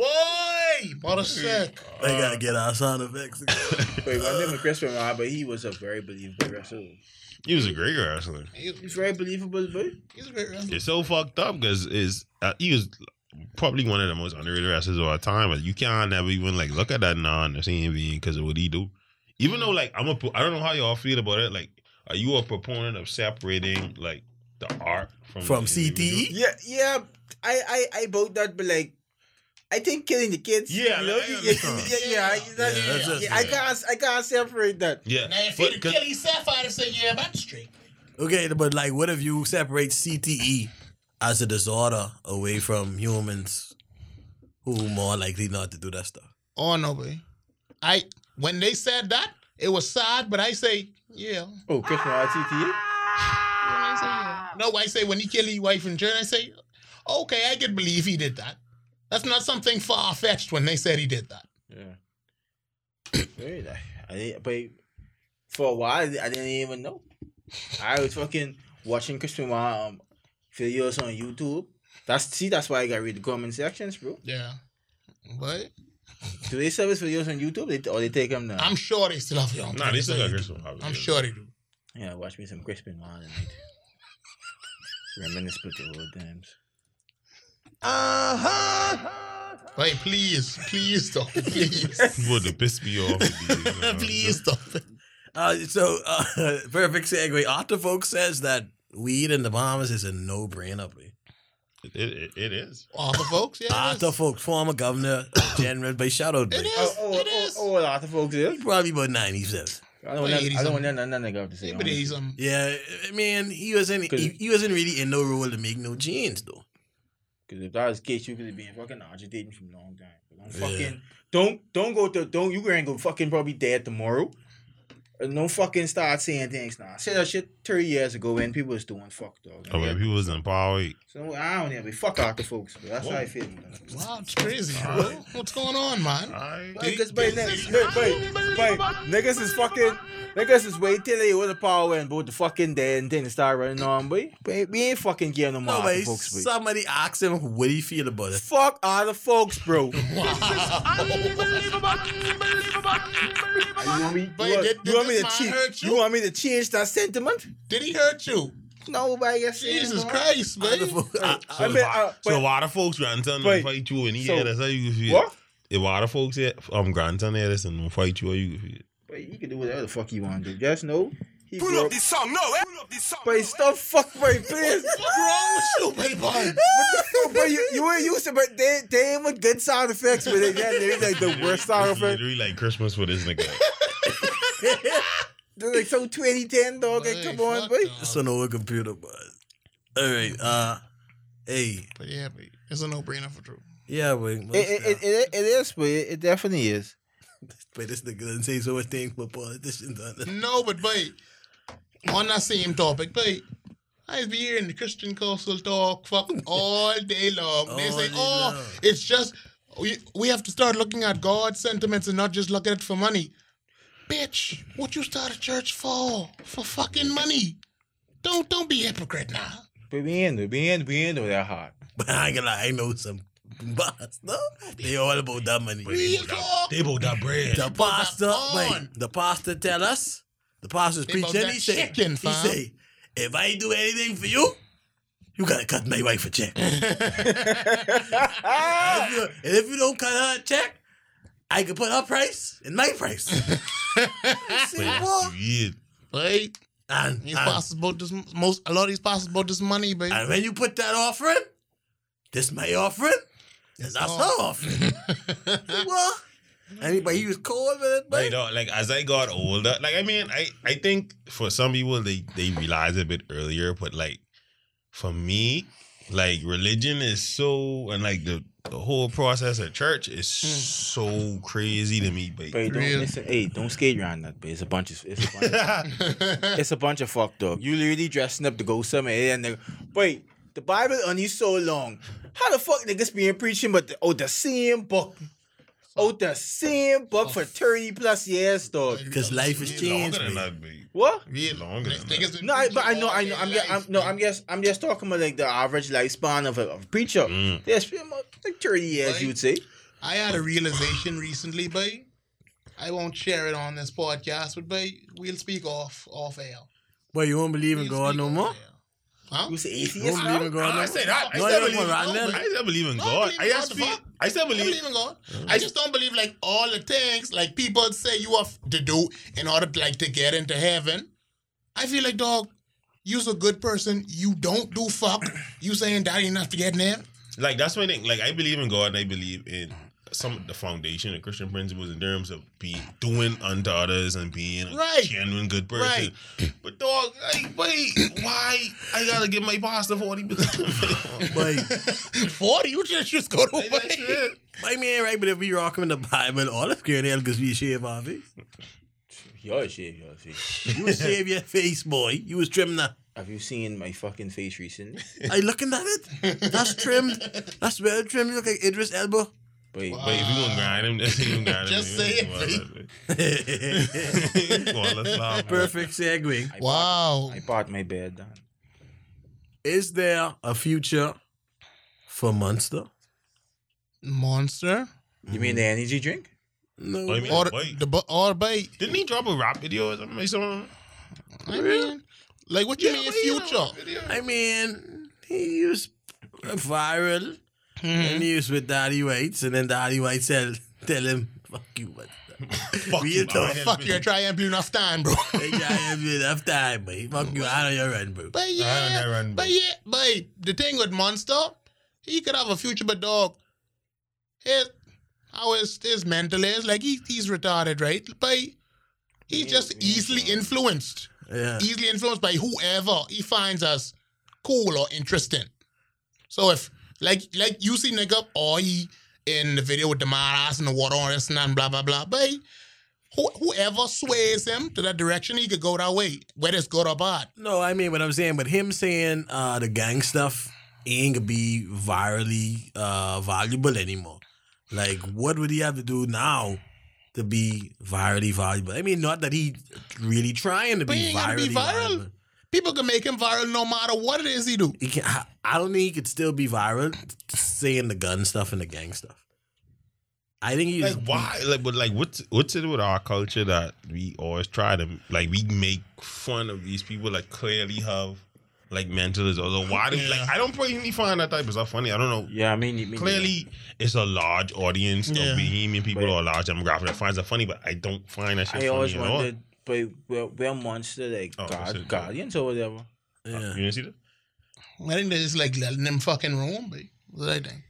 *laughs* Boy. What a sick.
I gotta get our sound effects.
Wait, my name is Chris Finn, right, but he was a very believable wrestler.
He was a great wrestler.
He's very believable, boy.
He's a great wrestler.
It's so fucked up because is uh, he was probably one of the most underrated wrestlers of all time. But you can't never even like look at that now on the same being because of what he do. Even though like I'm a, pro- I don't know how y'all feel about it. Like, are you a proponent of separating like the art from
From
the
E?
individual?
CTE?
Yeah, yeah. I, I, I about that, but like, I think killing the kids.
Yeah,
you know,
like, I
yeah, yeah,
understand.
*laughs* yeah, yeah, I- that's-
Yeah, that's just-
yeah, I can't, I can't separate that.
Yeah,
Now, if
but,
he'd
'cause-
kill himself, I'd have said, yeah, that's straight.
Okay, but like, what if you separate CTE as a disorder away from humans who more likely not to do that stuff?
Oh no, boy. I when they said that, it was sad, but I say, yeah.
Oh, Chris Finn, RTTA?
No, I say when he killed his wife in jail, I say, okay, I could believe he did that. That's not something far fetched when they said he did that.
Yeah. Very nice. I didn't, but for a while, I didn't even know. I was fucking watching Christian Wild um, videos on YouTube. That's see, that's why I got read the comment sections, bro.
Yeah. But
Do they service videos on YouTube? They, or they take them now?
I'm sure they still have it on.
nah, they still got Chris Rock.
I'm sure they do.
Yeah, watch me some Crispin Wild tonight. Reminisce with the old times.
Uh-huh. Wait, please, please stop, please, *laughs*
Would have pissed me off.
please stop.
Uh, so, uh, *laughs* perfect segue. Octafolk says that weed in the Bahamas is a no brainer.
It, it, it is.
All the folks, yeah, it is.
Octafolk,
*coughs*
former governor, general, but shout out,
It
Blake.
Oh,
is,
oh,
it
oh,
is.
oh, a lot of folks here.
He probably about 97.
I don't want
Like
that- I
80-something.
don't want that- nothing to have to say.
But
honestly.
he's um,
Yeah, I mean, he wasn't he, he wasn't really in no role to make no change though.
Because if that was the case, you could have been fucking agitating from long time. But Don't
Yeah.
fucking don't don't go to don't you ain't gonna fucking probably dead tomorrow. And don't fucking start saying things now. I said that shit thirty years ago when people was doing fuck dog.
Oh, man, people was in power.
So I don't even fuck out the folks, bro. That's how I feel.
wow, it's crazy, bro. What's going on, man?
Because by niggas, look, by, by, niggas is fucking niggas is wait till they with the power and both the fucking dead and then start running on, boy. But we ain't fucking getting no more
No,
out the
but
folks, boy.
somebody asked him what he feel about it.
Fuck out the folks,
*laughs*
bro. You want me,
But
you want,
did-
you
did
want me
this
to
man
change?
hurt
You?
you?
want me to change that sentiment?
Did he hurt you?
Nobody gets
Jesus Christ, man.
I- I-
I mean, uh,
So
wait,
why the folks grandson
Wait.
will fight you and he
So-
yeah, that's how you feel.
what?
If why the folks here um grandson here this and will fight you or you feel.
But you can do whatever the fuck you want to do. Just know he
Pull
grew
up
up.
this song, no, eh? oh, Pull up this song.
But stop fuck, boy,
*laughs*
please.
What's wrong with you, baby?
but you, you ain't used to, but they, they ain't with good sound effects, but they got they like the worst sound
It's
effects.
literally like Christmas for this nigga.
They're like so 2010, dog. Like, come on,
fuck,
boy.
dog.
It's on over computer, but all right. Uh, hey,
But yeah, but it's a no-brainer for Drew.
yeah, wait,
It, it, it, it, it is, but it, it definitely is.
but this nigga doesn't say so much thing for politicians uh, on this.
No, but wait. On that same topic, wait. I be hearing the Christian Coastal talk fuck all day long. they
All
say,
day
oh,
long."
it's just, we, we have to start looking at God's sentiments and not just look at it for money. Bitch, what you start a church for? For fucking money. Don't don't be hypocrite now.
But we ain't, we ain't, we ain't that hard.
*laughs* But I ain't gonna lie, I know some boss. No, they all about that money.
Real talk.
*laughs* they both got bread.
The pastor,
that
wait,
on.
the pastor tell us. The pastor's
They about
preaching.
that
He say,
chicken,
he
fam.
say, if I do anything for you, you gotta cut my wife a check. And if,
*laughs*
you, and if you don't cut her a check, I can put her price in my
*laughs*
price. I say, "What?"
Yeah.
Wait.
and,
These
and,
pastors about this most a lot of these pastors about this money, baby.
and when you put that offering, this my offering, and that's her
all.
*laughs*
offering. what? Anybody, he was cold with it,
Like,
but
dog, like as I got older, like I mean, I I think for some people they they realize it a bit earlier, but like for me, like religion is so and like the the whole process of church is so crazy to me. But
But don't,
Real.
listen, hey, don't skate around that, but it's a bunch of, it's a bunch of It's a bunch of fucked up. You literally dressing up to go somewhere and nigga. Wait, the Bible on you so long. How the fuck niggas been preaching but the, oh the same book? Oh the same book for 30 plus years, dog.
because life has changed.
longer than
man.
that, babe.
What?
Way longer than that.
Niggas been
No, I,
preaching
but I know,
all
I know,
their
I'm, just, I'm
life,
no,
man.
I'm just, I'm just talking about like the average lifespan of a, of a preacher.
Mm.
Yes, pretty much like 30 years,
Like-
you'd say.
I had a realization recently, but I won't share it on this podcast, but babe, we'll speak off off air.
But you won't believe in
We'll
God
speak
no
off
more.
air. Huh?
You say
You
atheist
won't believe
now?
in God no
Oh, I
more.
said that. I
No,
still
you
believe in
don't
God.
believe
I still believe in
No,
God.
I
I
believe in
just
God,
feel.
fuck.
I still
I believe
believe.
in God. I just don't believe like all the things like people say you have to do in order to like to get into heaven. I feel like dog, you's a good person. You don't do fuck. You saying that ain't enough to get in *laughs* there.
Like that's my thing. Like I believe in God. and I believe in some of the foundation of Christian principles in terms of being doing unto others and being a
Right.
genuine good person. But dog, like, wait, why I gotta give my pastor forty *laughs* billion?
But
*laughs*
Forty, you just just go to
That's
away.
it.
I mean, right? But if we rock him the Bible, all of Grenell because we shave our face.
Yo, shit, yo, shit.
You was shave your face, boy. You was trimmed now.
Have you seen my fucking face *laughs* recently?
Are you looking at it? That's trimmed. That's well trimmed. You look like Idris Elba. *laughs*
Wait,
But if you gonna grind him, *laughs* just, you gonna grind him.
Just say it, *laughs*
*laughs*
Perfect
Well, let's not-
segue.
I bought-
Wow.
I bought my bed down.
Is there a future for Munster?
Monster.
You mean the energy drink?
No.
What do you mean?
Or
Wait.
the bu- or bait.
Didn't he drop a rap video or something? Like someone?
I mean, like what you mean future?
I mean, he used viral,
Mm-hmm.
and he used with Daddy Whites, and then Daddy White said, "Tell him, fuck you, but *laughs*
Fuck
We
you,
into
man.
it.
*laughs* Fuck you, try and be enough time, bro.
hey, I have enough time, boy. Fuck you, out of your run, bro."
*laughs* But
I don't
yeah,
know, run,
but
bro.
yeah, but the thing with Monster, he could have a future, but dog, his how his his mental is like he he's retarded, right? But he's just easily influenced,
Yeah,
easily influenced by whoever he finds as cool or interesting. So if like like you see nigga or he in the video with the mad ass and the water on this and that and blah blah blah, but who, whoever sways him to that direction, he could go that way, whether it's good or bad.
no, I mean what I'm saying, but him saying uh, the gang stuff ain't gonna be virally uh, valuable anymore. Like, what would he have to do now to be virally valuable? I mean, not that he really trying to
But he
be
ain't gotta
virally
be viral.
valuable.
People can make him viral no matter what it is he do.
He can, I, I don't think he could still be viral saying the gun stuff and the gang stuff. I think he's
Like why? Like, but like, what's what's it with our culture that we always try to like we make fun of these people that clearly have like mental disorders? Why? Do, Like, I don't personally find that type of stuff funny. I don't know.
Yeah, I mean, it-
Clearly, it's a large audience
Yeah.
of Bohemian people
But-
or a large demographic that finds it funny, but I don't find that shit
I
funny
always
at all.
wondered, but we're, we're monster like
Oh, that's
guard,
it.
guardians or whatever.
yeah.
You didn't see that?
I think they're just like letting him fucking roam, but what I think.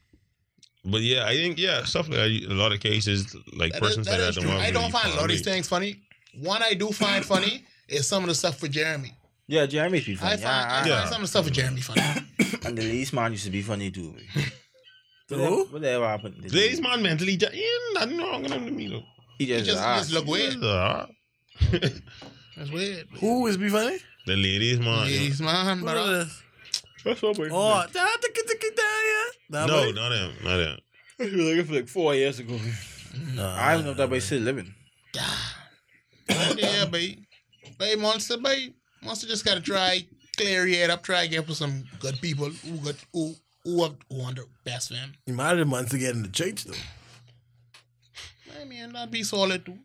But yeah, I think yeah, stuff like that, you- a lot of cases, like
That is,
persons
that
like
is
that
true. I don't
really
find a lot of these
funny.
things funny. One I do find
*coughs*
funny is some of the stuff for Jeremy.
Yeah, Jeremy's be funny.
I find, I
yeah,
Yeah.
find some of the stuff for Jeremy funny.
I- and the least man used to be funny too. *laughs* Whatever,
Who?
whatever happened? to the
These
least-
man mentally, ju- yeah, nothing wrong with him to me though.
He
He just,
just, he
ah,
just
*laughs*
look weird.
Yeah.
*laughs* That's weird. but-
Who is be funny?
The ladies, man. yeah.
Jeez, man, but I-
That's what we're-
Oh, da- da- da- da- da- yeah. That
no,
boy?
not him, not him.
We were looking for like four years ago. I don't know if that boy's still living.
yeah, babe. Babe, Monster, babe. Monster just gotta try, clear your head up, try get with some good people who got who who are who are the best for him.
He might have months to get in the church though.
I mean, that'd be solid too.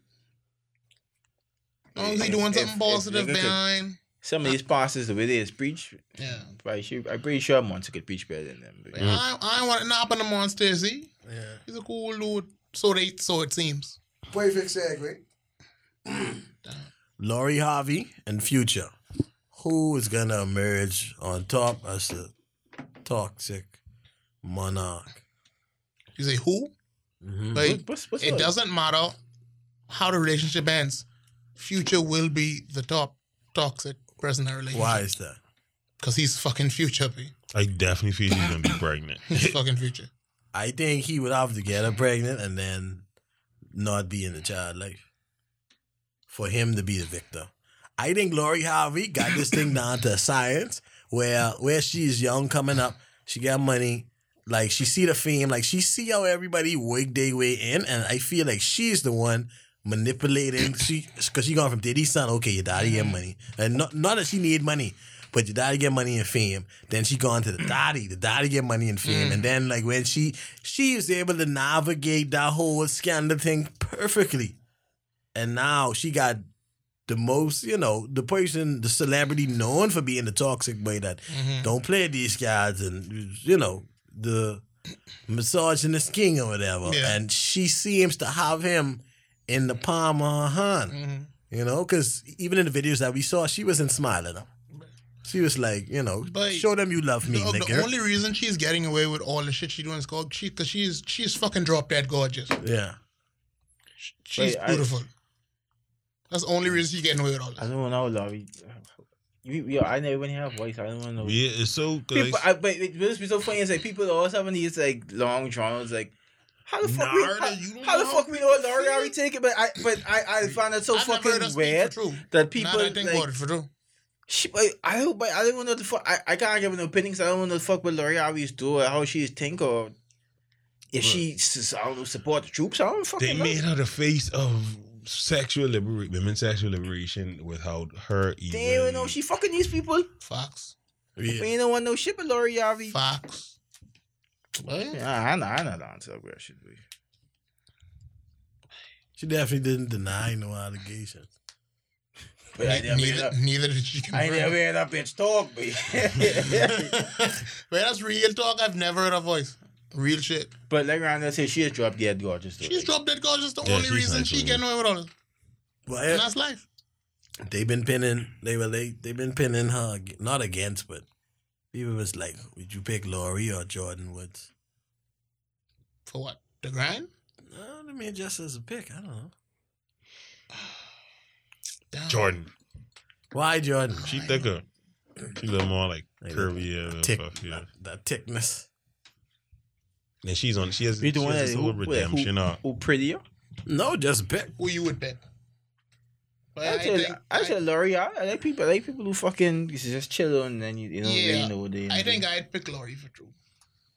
As long as
If-
he doing
if-
something
if
positive
nigga could-
behind.
Some of these pastors, the way they is preach,
Yeah.
I should, I'm pretty sure Monster could preach better than them. But
I, I ain't want to nap on the monster, see? Yeah. He's a cool dude. So they so it seems.
Perfect segue.
*clears throat* Lori Harvey and Future. Who is gonna emerge on top as the toxic monarch?
You say who?
Mm-hmm.
Mhm.
Like,
what's, what's
it
up?
doesn't matter how the relationship ends. Future will be the top toxic person in a relationship.
Why is that?
Because he's fucking future, B.
I definitely feel he's gonna be
*laughs*
pregnant.
He's fucking future.
I think he would have to get her pregnant and then not be in the child life. For him to be the victor. I think Lori Harvey got this thing down to science where where she is young coming up, she got money, like she see the fame, like she see how everybody work their way in, and I feel like she's the one manipulating she cause she gone from daddy's son, okay, your daddy get money. And not not that she need money, but your daddy get money and fame. Then she gone to the daddy, the daddy get money and fame. And then like when she she was able to navigate that whole scandal thing perfectly. And now she got the most, you know, the person, the celebrity known for being the toxic boy that
Mm-hmm. Mm.
don't play these guys and you know, the misogynist king or whatever.
Yeah.
And she seems to have him in the palm of her hand.
Mhm.
You know, because even in the videos that we saw, she wasn't smiling. Up. She was like, you know,
But-
show them you love me,
Dog,
nigga.
the only reason she's getting away with all the shit she doing is called she because she's she's fucking drop dead gorgeous.
yeah.
She's
Wait, I- Mm.
beautiful. That's the only reason she's getting away with all
I
that.
don't know, Larry. You, you, I never even have voice. I don't know.
yeah, it's so good.
People, I, but it must be so funny. It's like people always having these like long dramas. Like how the fuck
Narda,
we
you
how,
don't
how the
know.
fuck we know Larry already take it? But I but I I find that so
I've never heard her
fucking
speak
weird
for true.
that
Now
people
that I think about
like
it, for true.
she, but I don't but I don't even know the fuck. I, I can't give an opinion. 'cause I don't know the fuck what Larry always do or how she think or if she s- I don't know, support the troops. I don't fucking
they
know.
made her the face of sexual liberation, women's sexual liberation, without her even.
they don't even know she fucking these people.
Facts.
We ain't no one know shit but Larry Harvey.
Facts. Well, yeah.
Yeah, I know, I know the answer to that question.
She definitely didn't deny no allegations.
But I never heard
neither,
that-
neither did you
I ain't
convert. *laughs*
never heard that bitch talk, *laughs* but
Man, that's real talk. I've never heard her voice. Real shit.
But like Rhonda said, she has dropped dead gorgeous though.
She's dropped dead gorgeous. The
Yeah,
only
she's
reason
nice
she
with
getting away with all this.
Well,
And
yeah,
that's life.
they've been pinning. They were they they've been pinning her ag- not against, but people was like, would you pick Laurie or Jordan Woods?
For what? The grind?
Uh, I mean, just as a pick, I don't know.
Damn.
Jordan.
Why Jordan?
She thicker. She look more like
Like
curvy yeah, little
Tick,
puff, yeah.
that thickness.
And she's on. She has.
We
She
doing
has
that.
this
Who,
little
who, who,
redemption arc.
who prettier?
No, just pick.
Who you would pick? But
I said,
think-
I said, Laurie. I, I like people. I like people who fucking just chill and then you, you don't
Yeah.
really know what they.
I think I'd pick Laurie for true.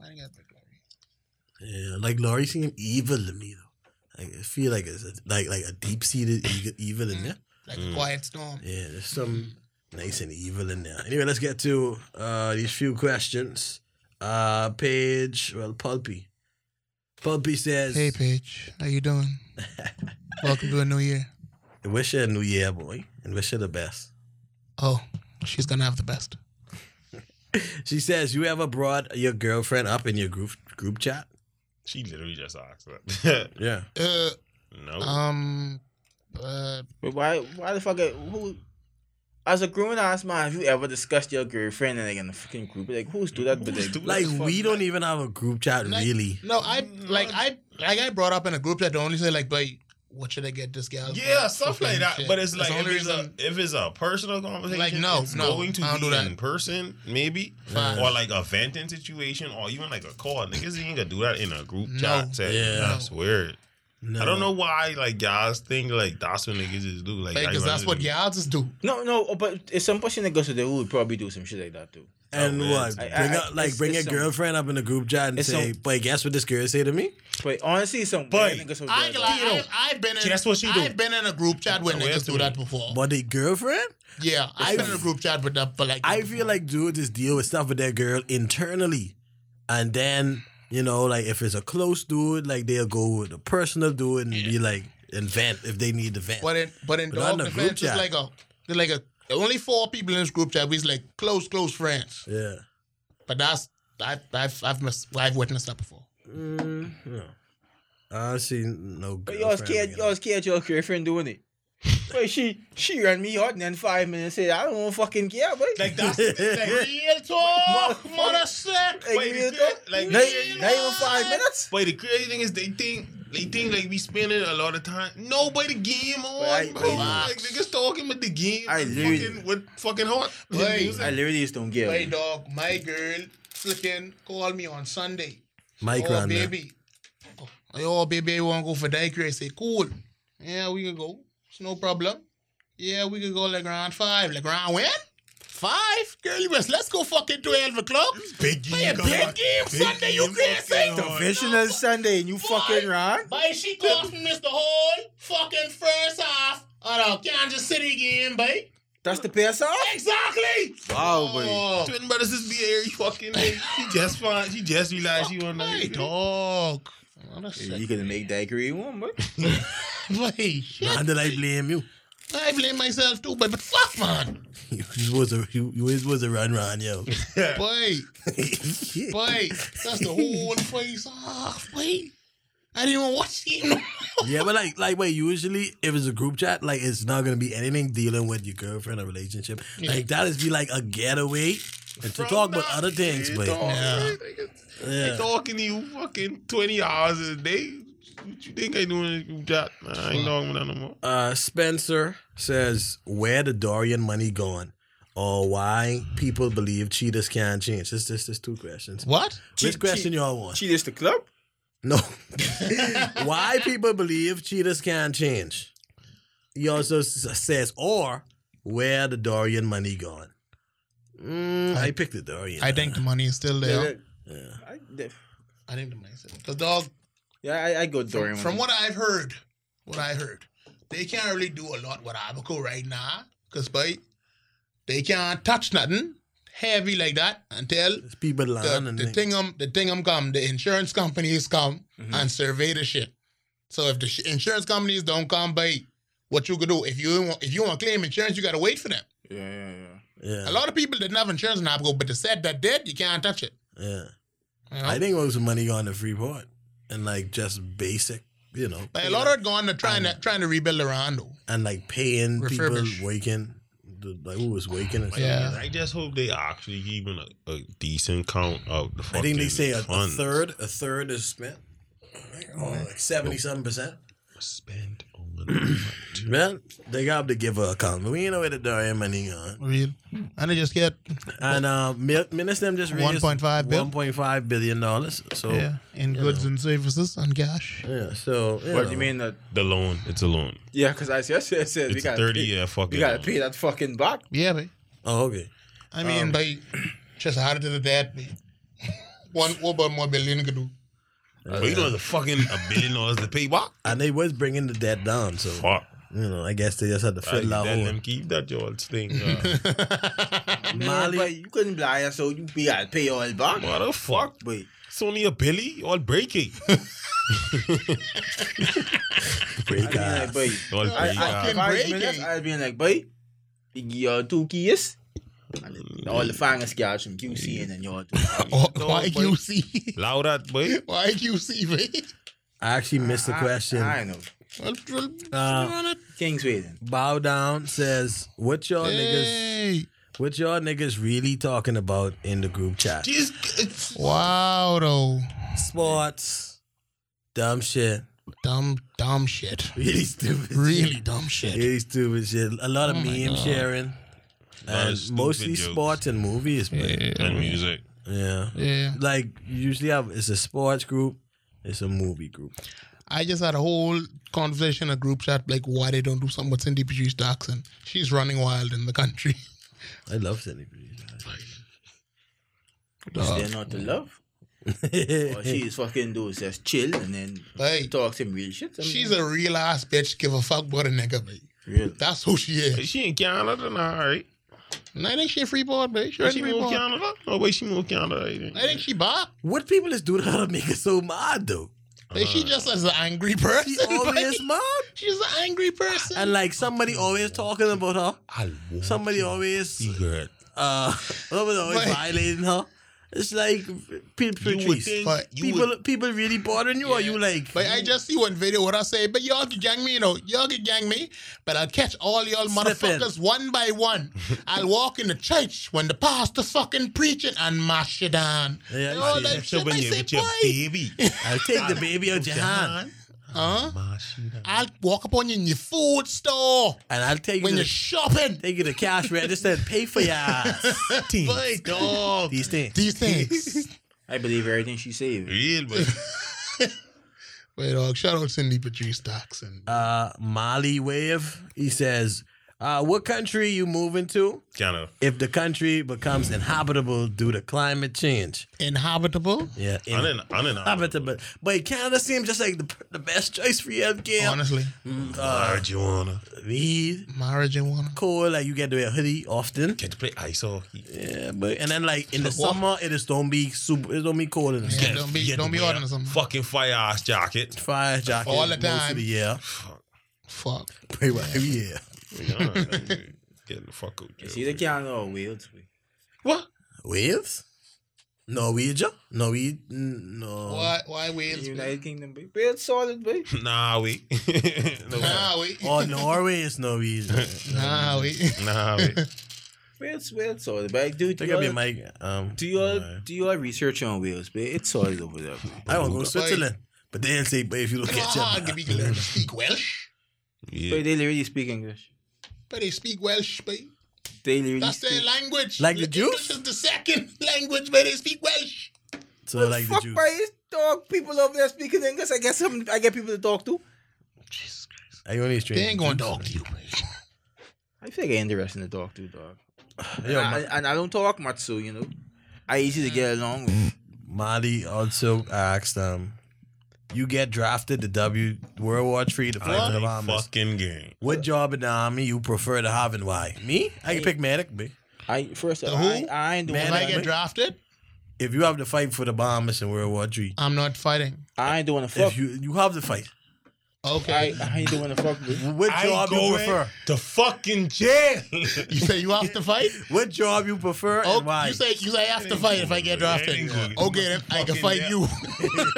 I think I'd pick Laurie.
Yeah, like Laurie seemed evil to me though. Like, I feel like it's a, like like a deep seated evil in there.
Like
Mm.
a quiet storm.
Yeah, there's some nice and evil in there. Anyway, let's get to uh, these few questions. Uh, Paige, well, Pulpy. Pulpy says,
Hey, Paige. How you doing?
*laughs*
Welcome to a new year.
"Wish her a new year, boy, and wish her the best."
Oh, she's gonna have the best.
She says, "You ever brought your girlfriend up in your group group chat?"
She literally just asked *laughs* that.
Yeah,
Uh,
no.
um, uh,
But why? Why the fuck? I- Who? As a grown ass man, have you ever discussed your girlfriend and like in the fucking group? Like who's do that? But
Who's
like,
do-
like
Fuck
we
that.
don't even have a group chat
Like-
really.
no, I like I like I brought up in a group that only say like, "But what should I get this gal?" for?"
yeah, stuff like
Fucking
that.
shit.
But it's
That's
like
the
if
only
it's, a,
reason-
if it's a personal conversation,
Like, no,
it's
no,
going to
I don't
be
do that.
in person, maybe,
Facts.
or like a venting situation, or even like a call. Niggas ain't gonna do that in a group
No.
chat. Set.
Yeah.
that's weird.
No.
I don't know why like guys think like that's what niggas just do. Like I
because that's
wanted
what
to-
gals just do.
no, no. oh, But it's some person that goes to the who would probably do some shit like that too.
And
Oh, man.
what?
I-
Bring
I-
up, like
it's- it's
bring your
some-
girlfriend up in the group chat and
it's
say,
some-
"Boy, guess what this girl say to me?"
But honestly, some
But
I think it's so
I ain't
bad.
gonna lie, I, I've been in.
That's what she do.
I've been in a group chat where
Now, where's
niggas do
the-
that before.
But the girlfriend?
yeah, I've been in a group chat with that for like.
I feel like dudes just deal with stuff with their girl internally, and then you know, like if it's a close dude, like they'll go with a personal dude and be like and vent if they need to vent.
But in but in
But not
dog
in a
defense,
group
it's
chat.
like a it's like a only four people in this group chat. We's like close close friends.
yeah.
But that's I, I've I've mis- I've witnessed that before.
Mm, no. I see no.
But y'all
girlfriend
scared,
bringing
y'all
up-
scared your girlfriend doing it. But she she ran me hot and then five minutes said I don't fucking care, but
*laughs*
Like that's like real talk, mother sick.
Like, real talk?
Like
not,
real
not even five
talk.
minutes.
But the crazy thing is they think they think like we spending a lot of time. No, but the game on,
I-
bro.
I-
like niggas talking about the game.
I
with
literally-
fucking, with fucking heart.
Wait.
I literally just don't care.
Hey dog, my girl flicking called me on Sunday.
Mike
oh
around there.
baby, oh baby, I want to go for dike race. I say cool. Yeah, we can go. It's no problem. Yeah, we can go like round five. Like round when? Five? Girl, you was, let's go fucking 12 o'clock.
Big game.
Play a
coming
big
up.
game Sunday, you
game
crazy?
fucking on.
Divisional Sunday and you fucking ran.
Boy, she cost me the whole fucking first half of the Kansas City game, boy.
That's the pass off?
Exactly.
Wow, boy.
Oh,
Twin brothers is be airy fucking. She just fine. She just realized she wanna.
hey, dog. What a
Yeah,
shit.
you gonna make that green one, but
Boy, shit.
How did I blame you? *laughs*
I blame myself too, boy, but fuck, man.
You was a you, you was supposed to run
*laughs*
around, yo.
Boy, boy, that's the whole place off, boy. I didn't even watch the game.
yeah, but like, like, wait. Usually, if it's a group chat, like, it's not gonna be anything dealing with your girlfriend or relationship. Like, that is be like a getaway and to
From
talk about
that
other things.
shit,
But
dog.
Yeah.
They
yeah.
talking to you fucking 20 hours a day. What you think I doing in this job? Nah, I ain't talking about that no more.
Uh, Spencer says, "Where the Dorian money going, or why people believe cheaters can't change?" This, this, this two questions.
*laughs* What?
Which question y'all want?
she just the club?
No. *laughs* Why people believe cheaters can't change. He also s- says, or where the Dorian money gone? Mm, I, picked the Dorian.
I think the money is still there.
Yeah.
I, the-
I think the money is still there. Because, dog,
yeah, I, I go Dorian.
From what I've heard, what I heard, they can't really do a lot with Abaco right now because, boy, they can't touch nothing heavy like that until
It's people
the,
lying and
the
they-
thingum the thingum come, the insurance companies come and survey the shit. So if the sh- insurance companies don't come, by what you could do if you want, if you want to claim insurance, you gotta wait for them.
Yeah, yeah, yeah.
Yeah.
A lot of people didn't have insurance in Abaco, but they said that did, you can't touch it.
Yeah.
you know?
I think most of the money going to Freeport and like just basic, you know,
Like a lot of it going to trying to trying to rebuild the Rondo.
and like paying people
Refurbish. Oh,
waking, the- like who was waking or something.
Yeah.
I just hope they actually giving a, a decent count of the
I
fucking
think they say a, a
funds
third, a third is spent. Oh, like seventy something percent.
spent on the
Man, they got to give her a count. We ain't know where the Dorian money gone.
Real. Hmm. And they just get
And uh, Mi- Minister them just raised
1.5 bill?
one point five billion dollars. So Oh. yeah,
yeah, in goods and services and cash.
so you
What
know.
do you mean that?
the loan. It's a loan.
Yeah, because I said, I said, I said we
It's a
got
thirty year fucking.
We gotta
loan.
pay that fucking back.
Yeah, babe.
Oh, okay.
I mean, like, Um, just harder to the debt. babe. *laughs* One, what about more billion you could do?
But you know, the fucking a billion dollars to pay back.
And they was bringing the debt down,
*laughs*
so
Fuck.
you know, I guess they just had to
I
fiddle out.
tell
over.
them keep that y'all thing. *laughs* Uh,
Mali-
but you couldn't buy it, so you we gotta pay all back.
what the fuck?
Wait,
It's only a billy. All breaking.
*laughs*
I mean, like, boy,
All
I,
breaking.
I, if
Fucking
I was
break
Minas,
it.
I'd been like, boy, your two keys. And
Mm.
then all the finest guys from QC and then your two.
Or,
No,
or
but-
IQC.
Loud that boy.
or IQC, babe.
I actually missed the question.
I, I know.
Well, well,
Uh,
Kingsway then.
Bow down says, "What
oh,
y'all niggas?
hey.
What y'all niggas really talking about in the group chat?
Jeez, it's
Wow, though.
Sports, dumb shit, *laughs*
Dumb, dumb shit.
really stupid, shit.
Really dumb shit.
really stupid shit. A lot of
Oh my
meme
God.
sharing,
lot of
and
stupid
mostly
jokes.
sports and movies. But yeah.
and music.
like usually I, it's a sports group, it's a movie group.
I just had a whole conversation, a group chat, like why they don't do something with Cindy Patrice Jackson. She's running wild in the country.
I love Cindy.
Is there not the love?
Oh,
Or she's fucking those just chill and then
Hey,
talk some real shit.
she's a real ass bitch. Give a fuck about a nigga, babe.
real.
That's who she is.
She in Canada now, all right?
And I think she freeboard, babe. She,
She
already
moved
freeboard.
Canada? No way she moved Canada. I think.
I think she bop.
*laughs* what people is doing to make her so mad though?
Like, she just is an angry person. *laughs*
She
babe.
always mad.
She's an angry person.
And like somebody always talking about her.
I want
Somebody always
cigarette.
uh *laughs* somebody always
Right.
violating her. It's like people
You would think
But
you
people
would,
people really bothering you or
Yeah.
you like
But I just see one video where I say, but y'all can gang me, you know, y'all can gang me, but I'll catch all y'all
Slip in.
motherfuckers one by
*laughs*
one. I'll walk in the church when the pastor's fucking preaching and mash it down.
Yeah,
and
I
all
see.
that
so
shit.
when
I
you
say,
with your
boy,
baby,
I'll take the baby out your hand
huh?
Ma, she done-
I'll walk up on you in your food store
and I'll take
when
you *laughs*
you're
to,
shopping.
take you to cash register and pay for your ass.
Boy, dog.
These things.
These
*laughs*
things.
I believe everything she
Mm.
said.
Real, but
Wait, dog. Shout out Cindy Patrice Daxon.
Uh Molly Wave, he says, uh what country you moving to
Canada.
if the country becomes inhabitable due to climate change?
Inhabitable?
Yeah.
I didn't. I didn't.
Inhabitable. But Canada seems just like the, the best choice for you, healthcare.
Honestly,
Uh,
Marijuana.
weed,
marijuana.
cool. Like you get to wear a hoodie often.
Get to play ice oh, hockey.
Yeah, but and then like in the
What?
summer, it is don't be super. It don't be cold in the
Yeah,
summer.
don't be,
Get
don't
to
be
wear
ordering or something.
Fucking fire ass *laughs* jacket.
Fire jacket
All the
most
time.
of the year.
Fuck.
Pretty much every year.
Get the fuck out.
It's either Canada or Wales. boy.
What?
Waves. Norwegia, Norwe, no.
Why? Why Wales?
United Kingdom, baby. Wales solid, baby.
*laughs* Nah, we. no,
Nah, we.
Or Oh, Norway is Norwegian.
Nah, we. *laughs*
Nah, we.
Wales, Wales solid. But I do
Take up your mic. Um,
Do your do your research on Wales, but it's solid over there. man.
I want to go to Switzerland, but they'll say, "But if you look
It's
at
hard to
your,
be learn to speak Welsh,
Yeah.
But they literally speak English.
but they speak Welsh, babe.
They literally
That's
speak.
their language.
Like the
English
Jews?
is the second *laughs* language, but they speak Welsh.
so like the
Fuck
Jews,
by this dog. People over there speaking English. I guess some. I get people to talk to.
Jesus Christ.
I only straight.
They ain't going to talk to you, babe.
I feel like I'm interesting to talk to, dog.
Yo,
and, I, and I don't talk much, so you know, I easy to get along with.
Marty also asked, um, "You get drafted to W World War III to fight for the
I ain't
Bahamas.
fucking game.
What job in the army you prefer to have and why? Me? I can pick medic. B.
I first of
The
all, I,
who?
I ain't the
Man,
one.
If I
That,
get drafted,
If you have to fight for the Bahamas in World War III,
I'm not fighting.
I ain't doing a fuck.
if you you have to fight,
Okay.
I, I ain't doing the fuck
*laughs*
with. *laughs*
What
I
job you
going
prefer?
to fucking jail.
You say you have to fight?
What job you prefer
Oh,
and why?
you say you say I have to fight if I get drafted.
Yeah.
Okay, then I can fight you.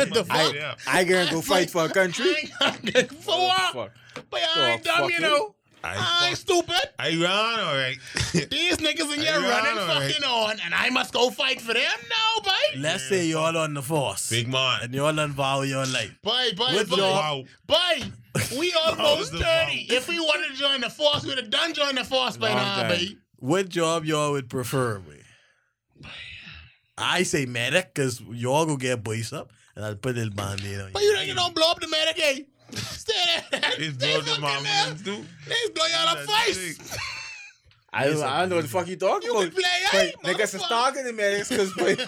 the fuck?
Yeah.
I gonna
*laughs*
go fight for a country.
*laughs* For what?
Oh, Fuck.
But I ain't
Oh,
dumb,
fuck
you
it.
know. I
I,
ain't stupid.
I run, all right.
These niggas in here
You're
running
on, right?
fucking on, and I must go fight for them? No, boy.
Let's say you're all on the force
Big man.
*laughs* and you're all involved. You're like,
Boy, boy,
With
boy.
*laughs*
your-
Wow.
Boy, *laughs* we almost
the
30. If we wanted to join the force, we'd have done join the force by
Long
now,
time.
baby.
what job y'all would prefer? With? I say medic because y'all go get boys up and I'll put a little band aid on
But
you.
you, don't- you don't blow up the Medicaid. Stay there.
It's
They
doing the
fucking there.
mom too.
They blow y'all up
That's
face.
I don't, I don't know what the fuck you talking
You
about.
can play, eh, hey,
Wait, niggas is talking to me, cause
*laughs*
wait,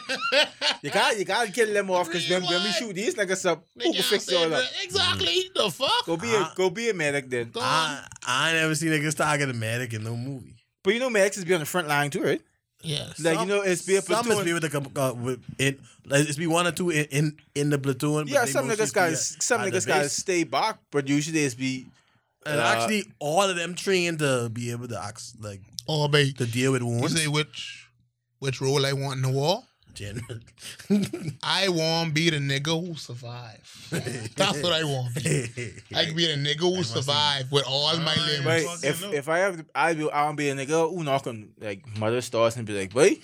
you got you gotta kill them off, cause them when we shoot these niggas up, who can
Nigga,
fix Mm-hmm.
I said,
y'all up?
bruh, Exactly. The fuck?
Go be a go be a medic then.
Go on.
I, I never seen niggas talking to medic in no movie.
But you know medics is be on the front line too, right?
Yes.
Like you know it's be a
some is be
platoon.
with the com- uh, with in like, it's be one or two in in, in the platoon. but
Yeah,
they
some
mostly
niggas
be at-
guys some
at the
niggas guys
base.
stay back, but usually it's be
And
uh,
actually, all of them trained to be able to act like
Oh, baby.
to deal with
You
wounds. *laughs*
say which which role I want in the war?
General.
I want to be the nigga who survive. *laughs* That's what I
*laughs*
want. to be. I can be the nigga who survive with all my
Alright,
limbs.
Right.
fucking
If
look.
if I have to, I will I'll be a nigga who knock on like mother stars and be like, boy,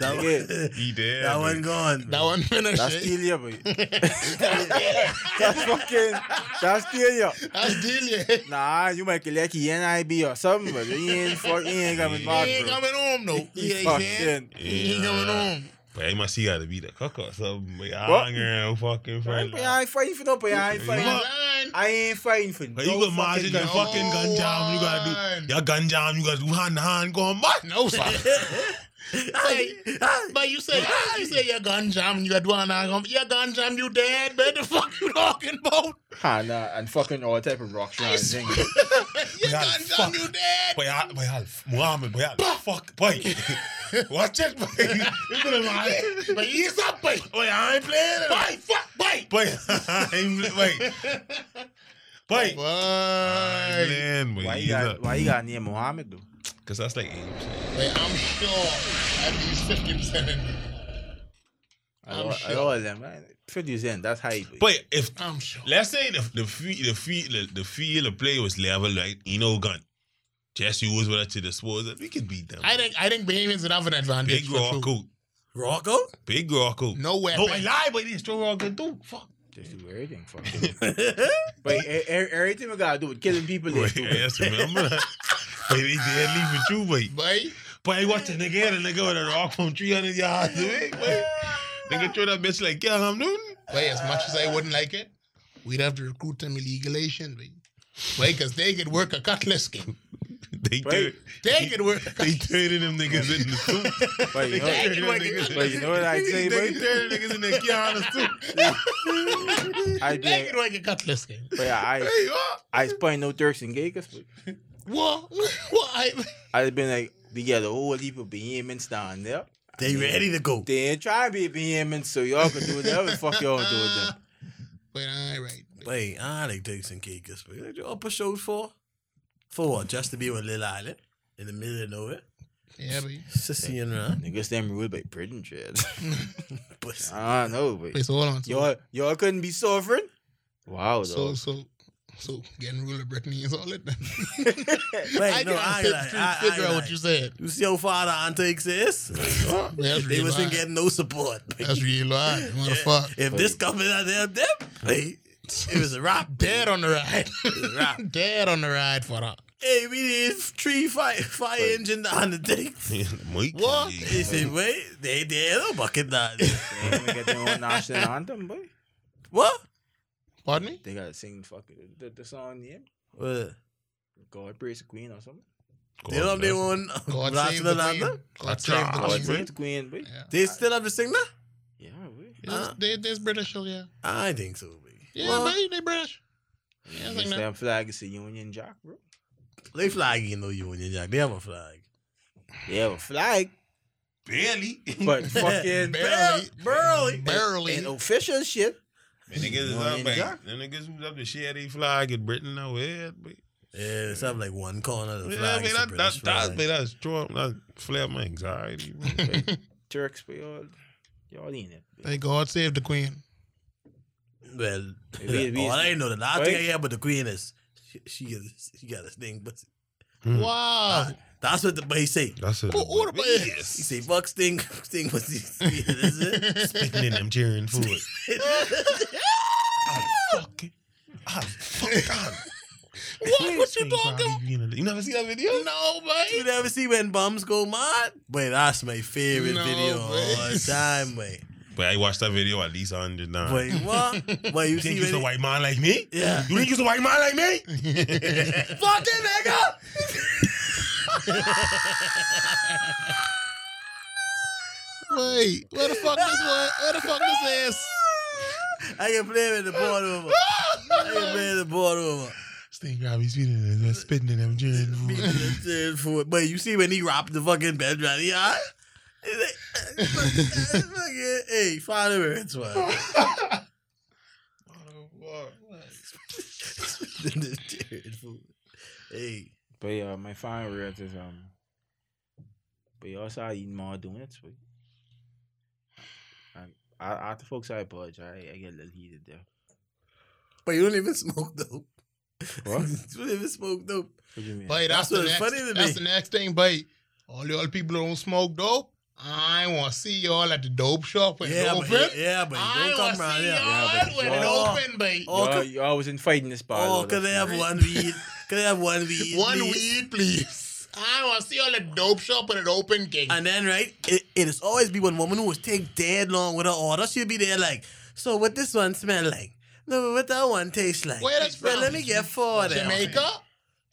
that
Nigga.
one,
He did.
that one gone.
That one finished.
that's
Mm. That's,
Delia, boy. that's fucking that's Delia.
That's *laughs* dealing.
Nah, you might collect he and I be or something, but you ain't fuck you ain't coming
He
back.
ain't
bro.
coming home though.
He
You know what I'm saying?
fucking.
He ain't coming home.
But I must see gotta be the cook or something. But I
What?
ain't no fucking friend.
But I ain't fighting for no. But I ain't
Come
fighting.
on.
Man,
I ain't fighting for.
But
no
you can imagine your
fucking gun.
fucking gun jam you gotta
One.
do. Your gun jam you gotta do hand to hand going back.
No, sir. But you say you say your gun jam, you got one eye on your gun jam, you dead, man. The fuck you talking about?
Huh, nah, and fucking all type of rock shit. and thing.
Your
Yeah,
gun jam,
fuck.
you dead.
Boy, I, boy, I, Muhammad, boy, I, fuck, boy. Watch it, boy. You put him on.
But Oh, he's up, boy.
Boy, I ain't playing it.
Boy, fuck, boy.
Boy, *laughs* I ain't, boy. Boy. I ain't
Boy.
playing, boy.
Why you got Why you got near Muhammad though?
Because that's like 80%.
Wait, I'm sure at least 50% in I'm
all,
sure.
all of them, man. Produce in that's how you.
But if,
I'm sure.
let's say the, the, fee, the, fee, the, the field of play was level, right? You know, gun. Just use what at your disposal. We could beat them.
I think I think Bahamians would have an advantage.
Big
for sure.
Rocco.
Rocco?
Big Rocco.
No weapon.
No, I lie, but it's still Rocco, too. *laughs* Fuck.
just do everything. Fucking. but e- e- everything we gotta do, killing people.
Boy,
Is stupid.
yes, remember that. Boy, *laughs* they dead leave with you, boy.
Boy,
Boy, I watch a nigga and a nigga with a rock from 300 yards away. Boy. Nigga throw that bitch like, yeah, I'm doing.
boy, as much as I wouldn't like it, we'd have to recruit them illegal Asian, boy. Boy, because they could work a cutlass game.
They
Right.
turn,
They could work a
they
cutlass
turning them niggas in the *laughs* soup.
But you know,
They turning them niggas-
but you know what I say,
They
boy.
turning niggas in the Kiana soup.
I
They
do.
could work a cutlass game.
But I
Hey, what?
I spine no Turks and Caicos. But
What? What? I, *laughs*
I'd been like, we got a whole heap of vehemence down there.
They ready to go.
They ain't trying to be vehement, so y'all can do whatever the fuck y'all do with them.
but all right.
Wait, I like Dixon and Kikas. What you up a show for? For what? Just to be on Little Island in the middle of nowhere?
Yeah, but
Sissy and
*laughs*
Ron.
Niggas them ruled by Britain shit.
Pussy.
I don't know, but
wait, so hold on. So,
y'all y'all couldn't be sovereign. Wow,
so,
though.
so, so getting rule of Brittany is all it then.
*laughs* Wait,
I
no,
can't
I
fit-
like,
fit-
I, I
figure out
like.
what you said.
You see how far the
*laughs*
antics is?
That's
*laughs* they
real
wasn't
hard.
getting no support.
That's real
*laughs*
hard. Motherfucker.
If this company out there, them, hey, it was a rock.
Dead on the ride. *laughs*
Right.
Dead on the ride for that.
Hey, we need three fire, fire engine down the thing.
Mike,
What?
They say, wait, they they no bucket that.
They ain't even get their own national anthem, boy.
*laughs* what?
Pardon me?
They gotta sing fucking the, the song name.
Uh,
God praise the Queen or something.
God
they don't have their
bless.
own *laughs*
God save
national
the queen.
anthem.
God save
Ah,
God
the
praise
queen.
the Queen, boy.
Yeah.
They still have to sing that?
Yeah, boy.
There's- there- There's British, oh, yeah.
I think so. Baby.
Yeah,
Well,
but they British. Yeah, I
It's
think that-
them flag is a Union Jack,
*sighs*
bro.
They flag in no Union Jack. They have a flag.
They have a
*laughs*
flag,
Barely.
but fucking
Barely.
Barely.
Barely.
and official shit.
Them niggas is
know what I mean?
up, like,
Yeah.
them niggas who's up to share they flag in Britain now, yeah. But,
Yeah, it's up like one corner of the
yeah, I
flag.
mean,
Yeah,
that, that, that, man, that's Trump, that flare up my anxiety. man.
Turks, but y'all, y'all in it. man.
Thank God save the queen.
well,
We- we-
all I know the last
Right?
thing I hear about the queen is she, she, is- she got a thing, but Hmm.
Wow.
that's what the boy say.
That's it.
Who ordered my
He
ass?
say, "Fuck Sting, *laughs* Sting was is
*laughs*
it?"
Spitting in them cheering for it. Fucking. Ah, fuck *laughs* God.
What? What you talking
Things probably
about?
being a- You never see that video?
No,
you
man.
never see when bums go mad? Wait, that's my favorite
No,
video of all
boy.
time, wait.
But I watched that video at least a hundred
*laughs*
times.
Wait, what? Wait, you
You think
see
you's a
when
white man like me?
Yeah.
You think you's a white man like me?
Fucking nigga!
Wait, where the fuck this one? Where the fuck this is?
I can play with the board over. I
*laughs*
can play with the board over.
Sting got me spitting in them, spitting in them cheering for
Beating
it.
the third foot. But you see when he robbed the fucking bed right he high? Hey, follow where it's one. The third foot. Hey.
But yeah, my final rant is um. But you also eating more donuts, but and I, after folks I apologize, I, I get a little heated there.
But you don't even smoke dope.
What? what
you don't even smoke dope.
do you mean?
But that's,
That's what
the
is
next.
funny to
that's
me.
the next thing, but all y'all people who don't smoke dope. I want to see y'all at the dope shop when
Yeah,
it
but,
open.
yeah, but
I
don't
want
come
to
around
see
here.
Yeah, but
y'all when it
y'all-
open, but
Oh,
y'all,
could-
y'all was in fighting this part.
Oh,
though,
could I
that's
have
fine.
one weed? Could I
*laughs*
have one weed?
one
please?
weed, please. Ah, I want to see y'all at the dope shop when it open, gang.
And then, right, it, it is always be one woman who will take dead long with her order. She'll be there like, so what this one smell like? No, but what that one taste like?
Where that's
well,
from?
let me get four of them.
Jamaica.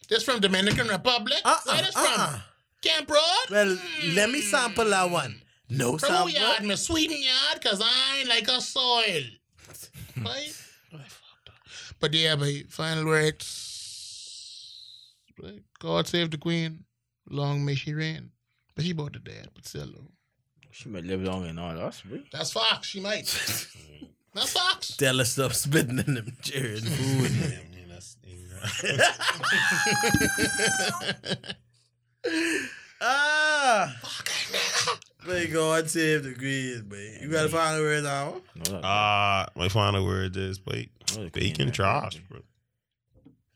This from Dominican Republic.
Uh-uh,
Where this
uh-uh.
from? Camp Road.
Well, let me sample that one. No
From
sample.
who yard, my Sweden yard, cause I ain't like a
*laughs*
soil. right? But yeah, but final words. Right. God save the queen. Long may she reign. But she bought the dad, but still though.
She might live long and all us, bro.
That's Fox. She
*laughs*
might. That's Fox.
Tell her stop spitting in them chairs. *laughs*
Yeah, I mean, that's- yeah.
ah! May God save the green, man. You gotta find a word now.
No, that,
*laughs* Ah, my final word is wait.
that was
Bacon
clean,
trash, bro.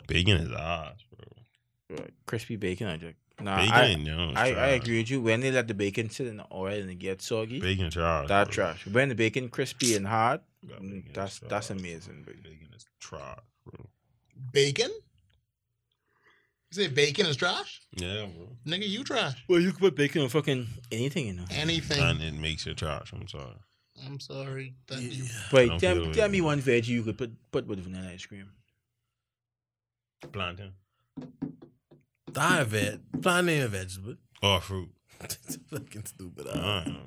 Bacon is ass, bro.
man. Right. Crispy bacon, I just. Nah,
Bacon
I,
ain't no
I, I
trash.
agree with you. When they let the bacon sit in the oil and it gets soggy,
Bacon trash.
that
bro.
trash. When the bacon crispy and hard,
Yeah,
mm,
bacon is
that's
trash.
that's amazing. Bro.
Bacon is trash, bro.
Bacon. You say bacon is trash?
Yeah, bro.
Nigga, you trash.
Well, you could put bacon on fucking anything, you know.
Anything.
And it makes you trash. I'm sorry.
I'm sorry. Thank you.
Wait,
don't feel
tell,
it,
tell me
man.
one veggie you could put put with vanilla ice cream.
Plantain.
Darn veg. Plant a vegetable. *laughs*
Or fruit.
it's fucking stupid.
I
huh?
don't know.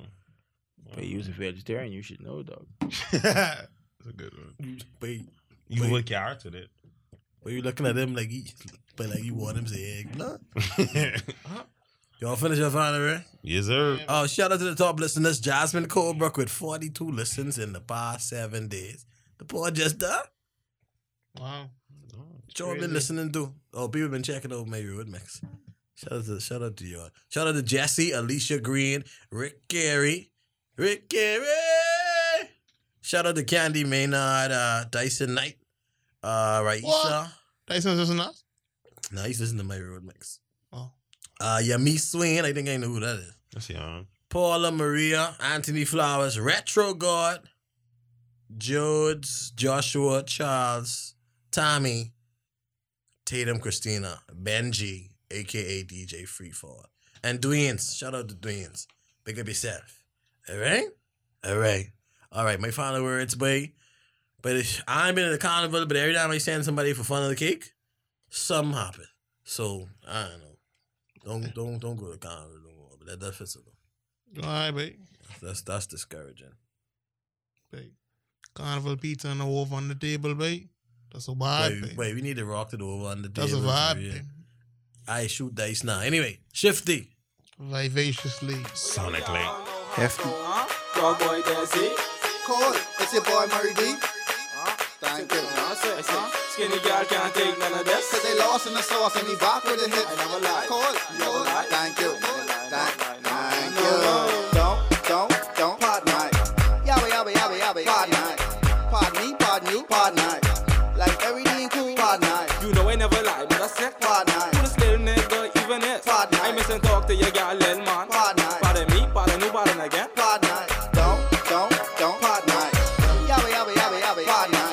But you're a vegetarian, you should know, dog.
*laughs* That's a good one.
But,
You
Wait.
can put carrots in it.
but you looking at them like, he, but like you want him say egg. No. Y'all finish your final right?
*laughs* yes, sir.
Oh, shout out to the top listeners, Jasmine Colebrook with 42 listens in the past seven days. The pod just done.
Wow.
Joe been listening to. Oh, people been checking over my road mix. Shout out to shout out to y'all. Shout out to Jesse, Alicia Green, Rick Carey, Rick Carey. Shout out to Candy Maynard, uh, Dyson Knight, uh, Raisa.
What? Dyson's is enough?
No, he's listening to my road mix.
Oh.
Uh, Yami Swain. I think I know who that is.
That's young.
Paula Maria, Anthony Flowers, Retro God, Jodes, Joshua Charles, Tommy, Tatum Christina, Benji, aka DJ Freefall, and Dwayne's. Shout out to Dwayne's. Big up yourself. All right? All right. All right. My final words, boy. But if I ain't been in the carnival, but every time I send somebody for fun of the cake, something happen. So I don't know. Don't don't don't go to carnival no more. But that, that's physical.
All right, babe.
That's that's discouraging.
babe. Carnival pizza and a wolf on the table, babe. That's a vibe,
Wait,
babe.
wait, we need to rock it over on the
That's a
table,
vibe,
yeah.
babe.
I shoot dice now. Anyway, shifty.
Vivaciously.
Hefty. Huh? Dog boy Desi. Cool. It's your boy Murdy. Thank you. That's it. Huh?
Skinny girl can't take none of this.
Cause they lost in the sauce and he back with the hit.
I never lie.
Cold,
I never
cold.
lie.
Thank you.
I never lie.
Thank
Never lie.
thank
Never
you.
lie.
Don't, don't, don't pardon me. Yabba, yabba, yabba, yabba. Pardon me. Pardon me, pardon you, pardon me. Like everything cool, pardon me.
You know I never lie, but I said
Part nine.
Who this little nigga even is?
Part nine.
I miss and talk to your girl, little man.
Part nine.
Pardon me, pardon you, pardon again.
Pardon me. Don't, don't, don't pardon me. Yabba, yabba, yabba, yabba. Pardon me.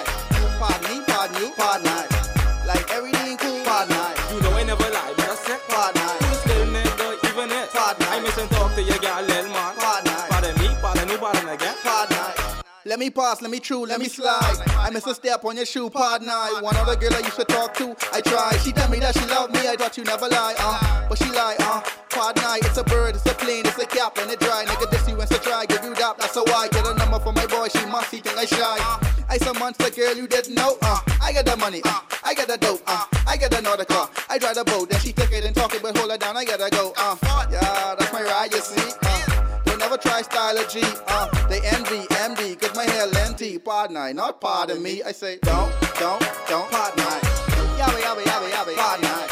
Pardon me, pardon you, pardon me. Like everything cool, pardon me.
You know I never lie, but I said
Part nine.
Who this little nigga even is?
Part nine.
I miss and talk to your girl, little man.
Part nine.
Pardon me, pardon you, pardon again.
pardon I. Let me pass, let me through, let me slide. I miss a step on your shoe, pardon I. One other girl I used to talk to, I tried. She tell me that she loved me, I thought you never lie, uh. But she lie, uh. Pardon I, it's a bird, it's a plane, it's a cap, and it dry. Nigga, this you and so try, give you that, that's a why. Get a number for my boy, she must, he think I shy. I some monster girl you didn't know, uh. I got the money, uh. I got the dope, uh. I got the nautical, I drive the boat, then she took it and talk it, but hold her down, I gotta go, uh. Yeah, that's my ride, you see, uh. They never try style of G, uh, they envy, MD, cause my hair lengthy, pardon I, not pardon me, I say, don't, don't, don't pardon I, yabba, yabba, yabba, yabba, pardon I,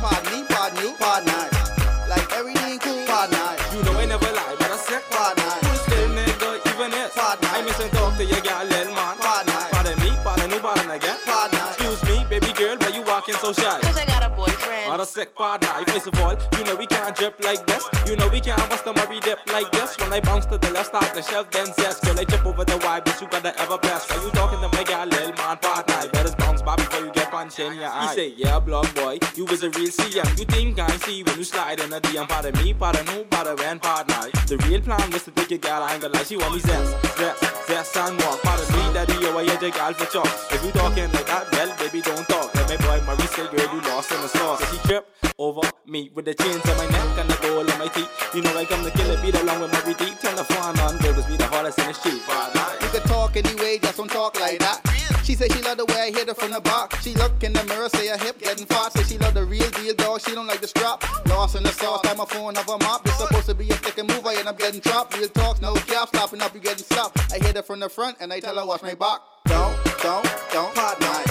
pardon me, pardon you, pardon I, like everything cool, pardon I,
You know I never lie, but I said
pardon
Who
I,
this little nigga even is?
Part nine.
I miss and talk to your girl, little man.
Part nine.
Pardon me, pardon you, pardon again.
Part nine.
Excuse me, baby girl, why you walking so shy?
Cause I got a boyfriend.
Not a sick part life, first of all. You know we can't drip like this. You know we can't bust a Murray dip like this. When I bounce to the left, start the shelf, then zest. Girl, I jump over the wide, but you gotta ever pass. Why you talking to my guy, lil man, part night? Better bounce by before you get punched in your eye. He say, yeah, block boy, you was a real CM. You think I see when you slide in a DM. Pardon me, pardon who, pardon when, part night. The real plan was to take your girl, I ain't gonna lie, she want me zest, zest, zest and walk. Pardon me, daddy, yo, I had your girl for chalk. If you talking like that, well, baby, don't talk. Let my boy Murray say, girl, you lost in the sauce. If he trip, over me with the chains on my neck and the gold on my teeth. You know I come to kill it, beat along with my redeem. Tell the fun on girls, be the hardest in the street. But
you
I
could talk anyway, just don't talk like that, she say she love the way I hit her from the back, she look in the mirror, say her hip getting fat, say she love the real deal, dog, she don't like the strap, lost in the sauce, like my phone have a mop, it's supposed to be a stick and move, I end up getting trapped, real talk, no cap, stopping up, you getting stopped, I hit her from the front, and I tell her watch my back, don't, don't, don't pardon I,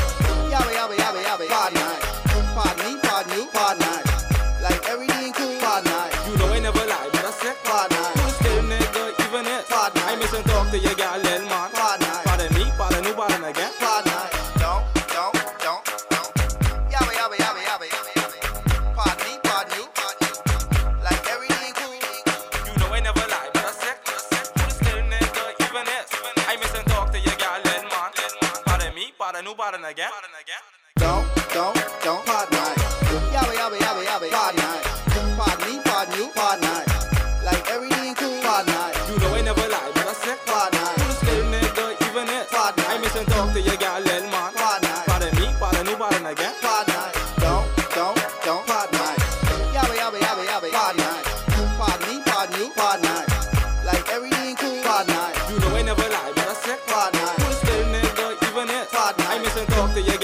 yabba, yabba, yabba, yabba, pardon I, pardon me, pardon you, pardon I, like everything cool, pardon I,
you know I never lie, but I said
pardon I,
who's still nigga even it.
Part nine.
I miss and talk to your girl, little man.
Part nine.
Pardon me, pardon you, pardon again.
pardon I, don't, don't, don't, don't, yabba, yabba, yabba, yabba, yabba, yabba, pardon me, pardon you, pardon you, like everything cool.
You know I never lie, but I said who's still nigga even it. I miss and talk to your girl, little man. Pardon me, pardon you, pardon again.
Don't, don't, don't pardon I. Yabba, yabba, yabba, yabba, pardon I. Pardon me, pardon you, pardon I. Like everything cool, pardon I.
You know I never lie, but I said
Pardon I.
who's still nigga even it.
Part nine.
I miss and talk to your girl, little man.
Pardon I.
Pardon me, pardon you, pardon again.
Pardon I. Don't, don't, don't pardon I. Yabba, yabba, yabba, yabba, pardon I. Pardon me, pardon you, pardon I. Like everything cool, pardon I.
You know I never lie, but I said
Pardon I.
Who's still nigga even it?
Pardon.
I miss and talk to your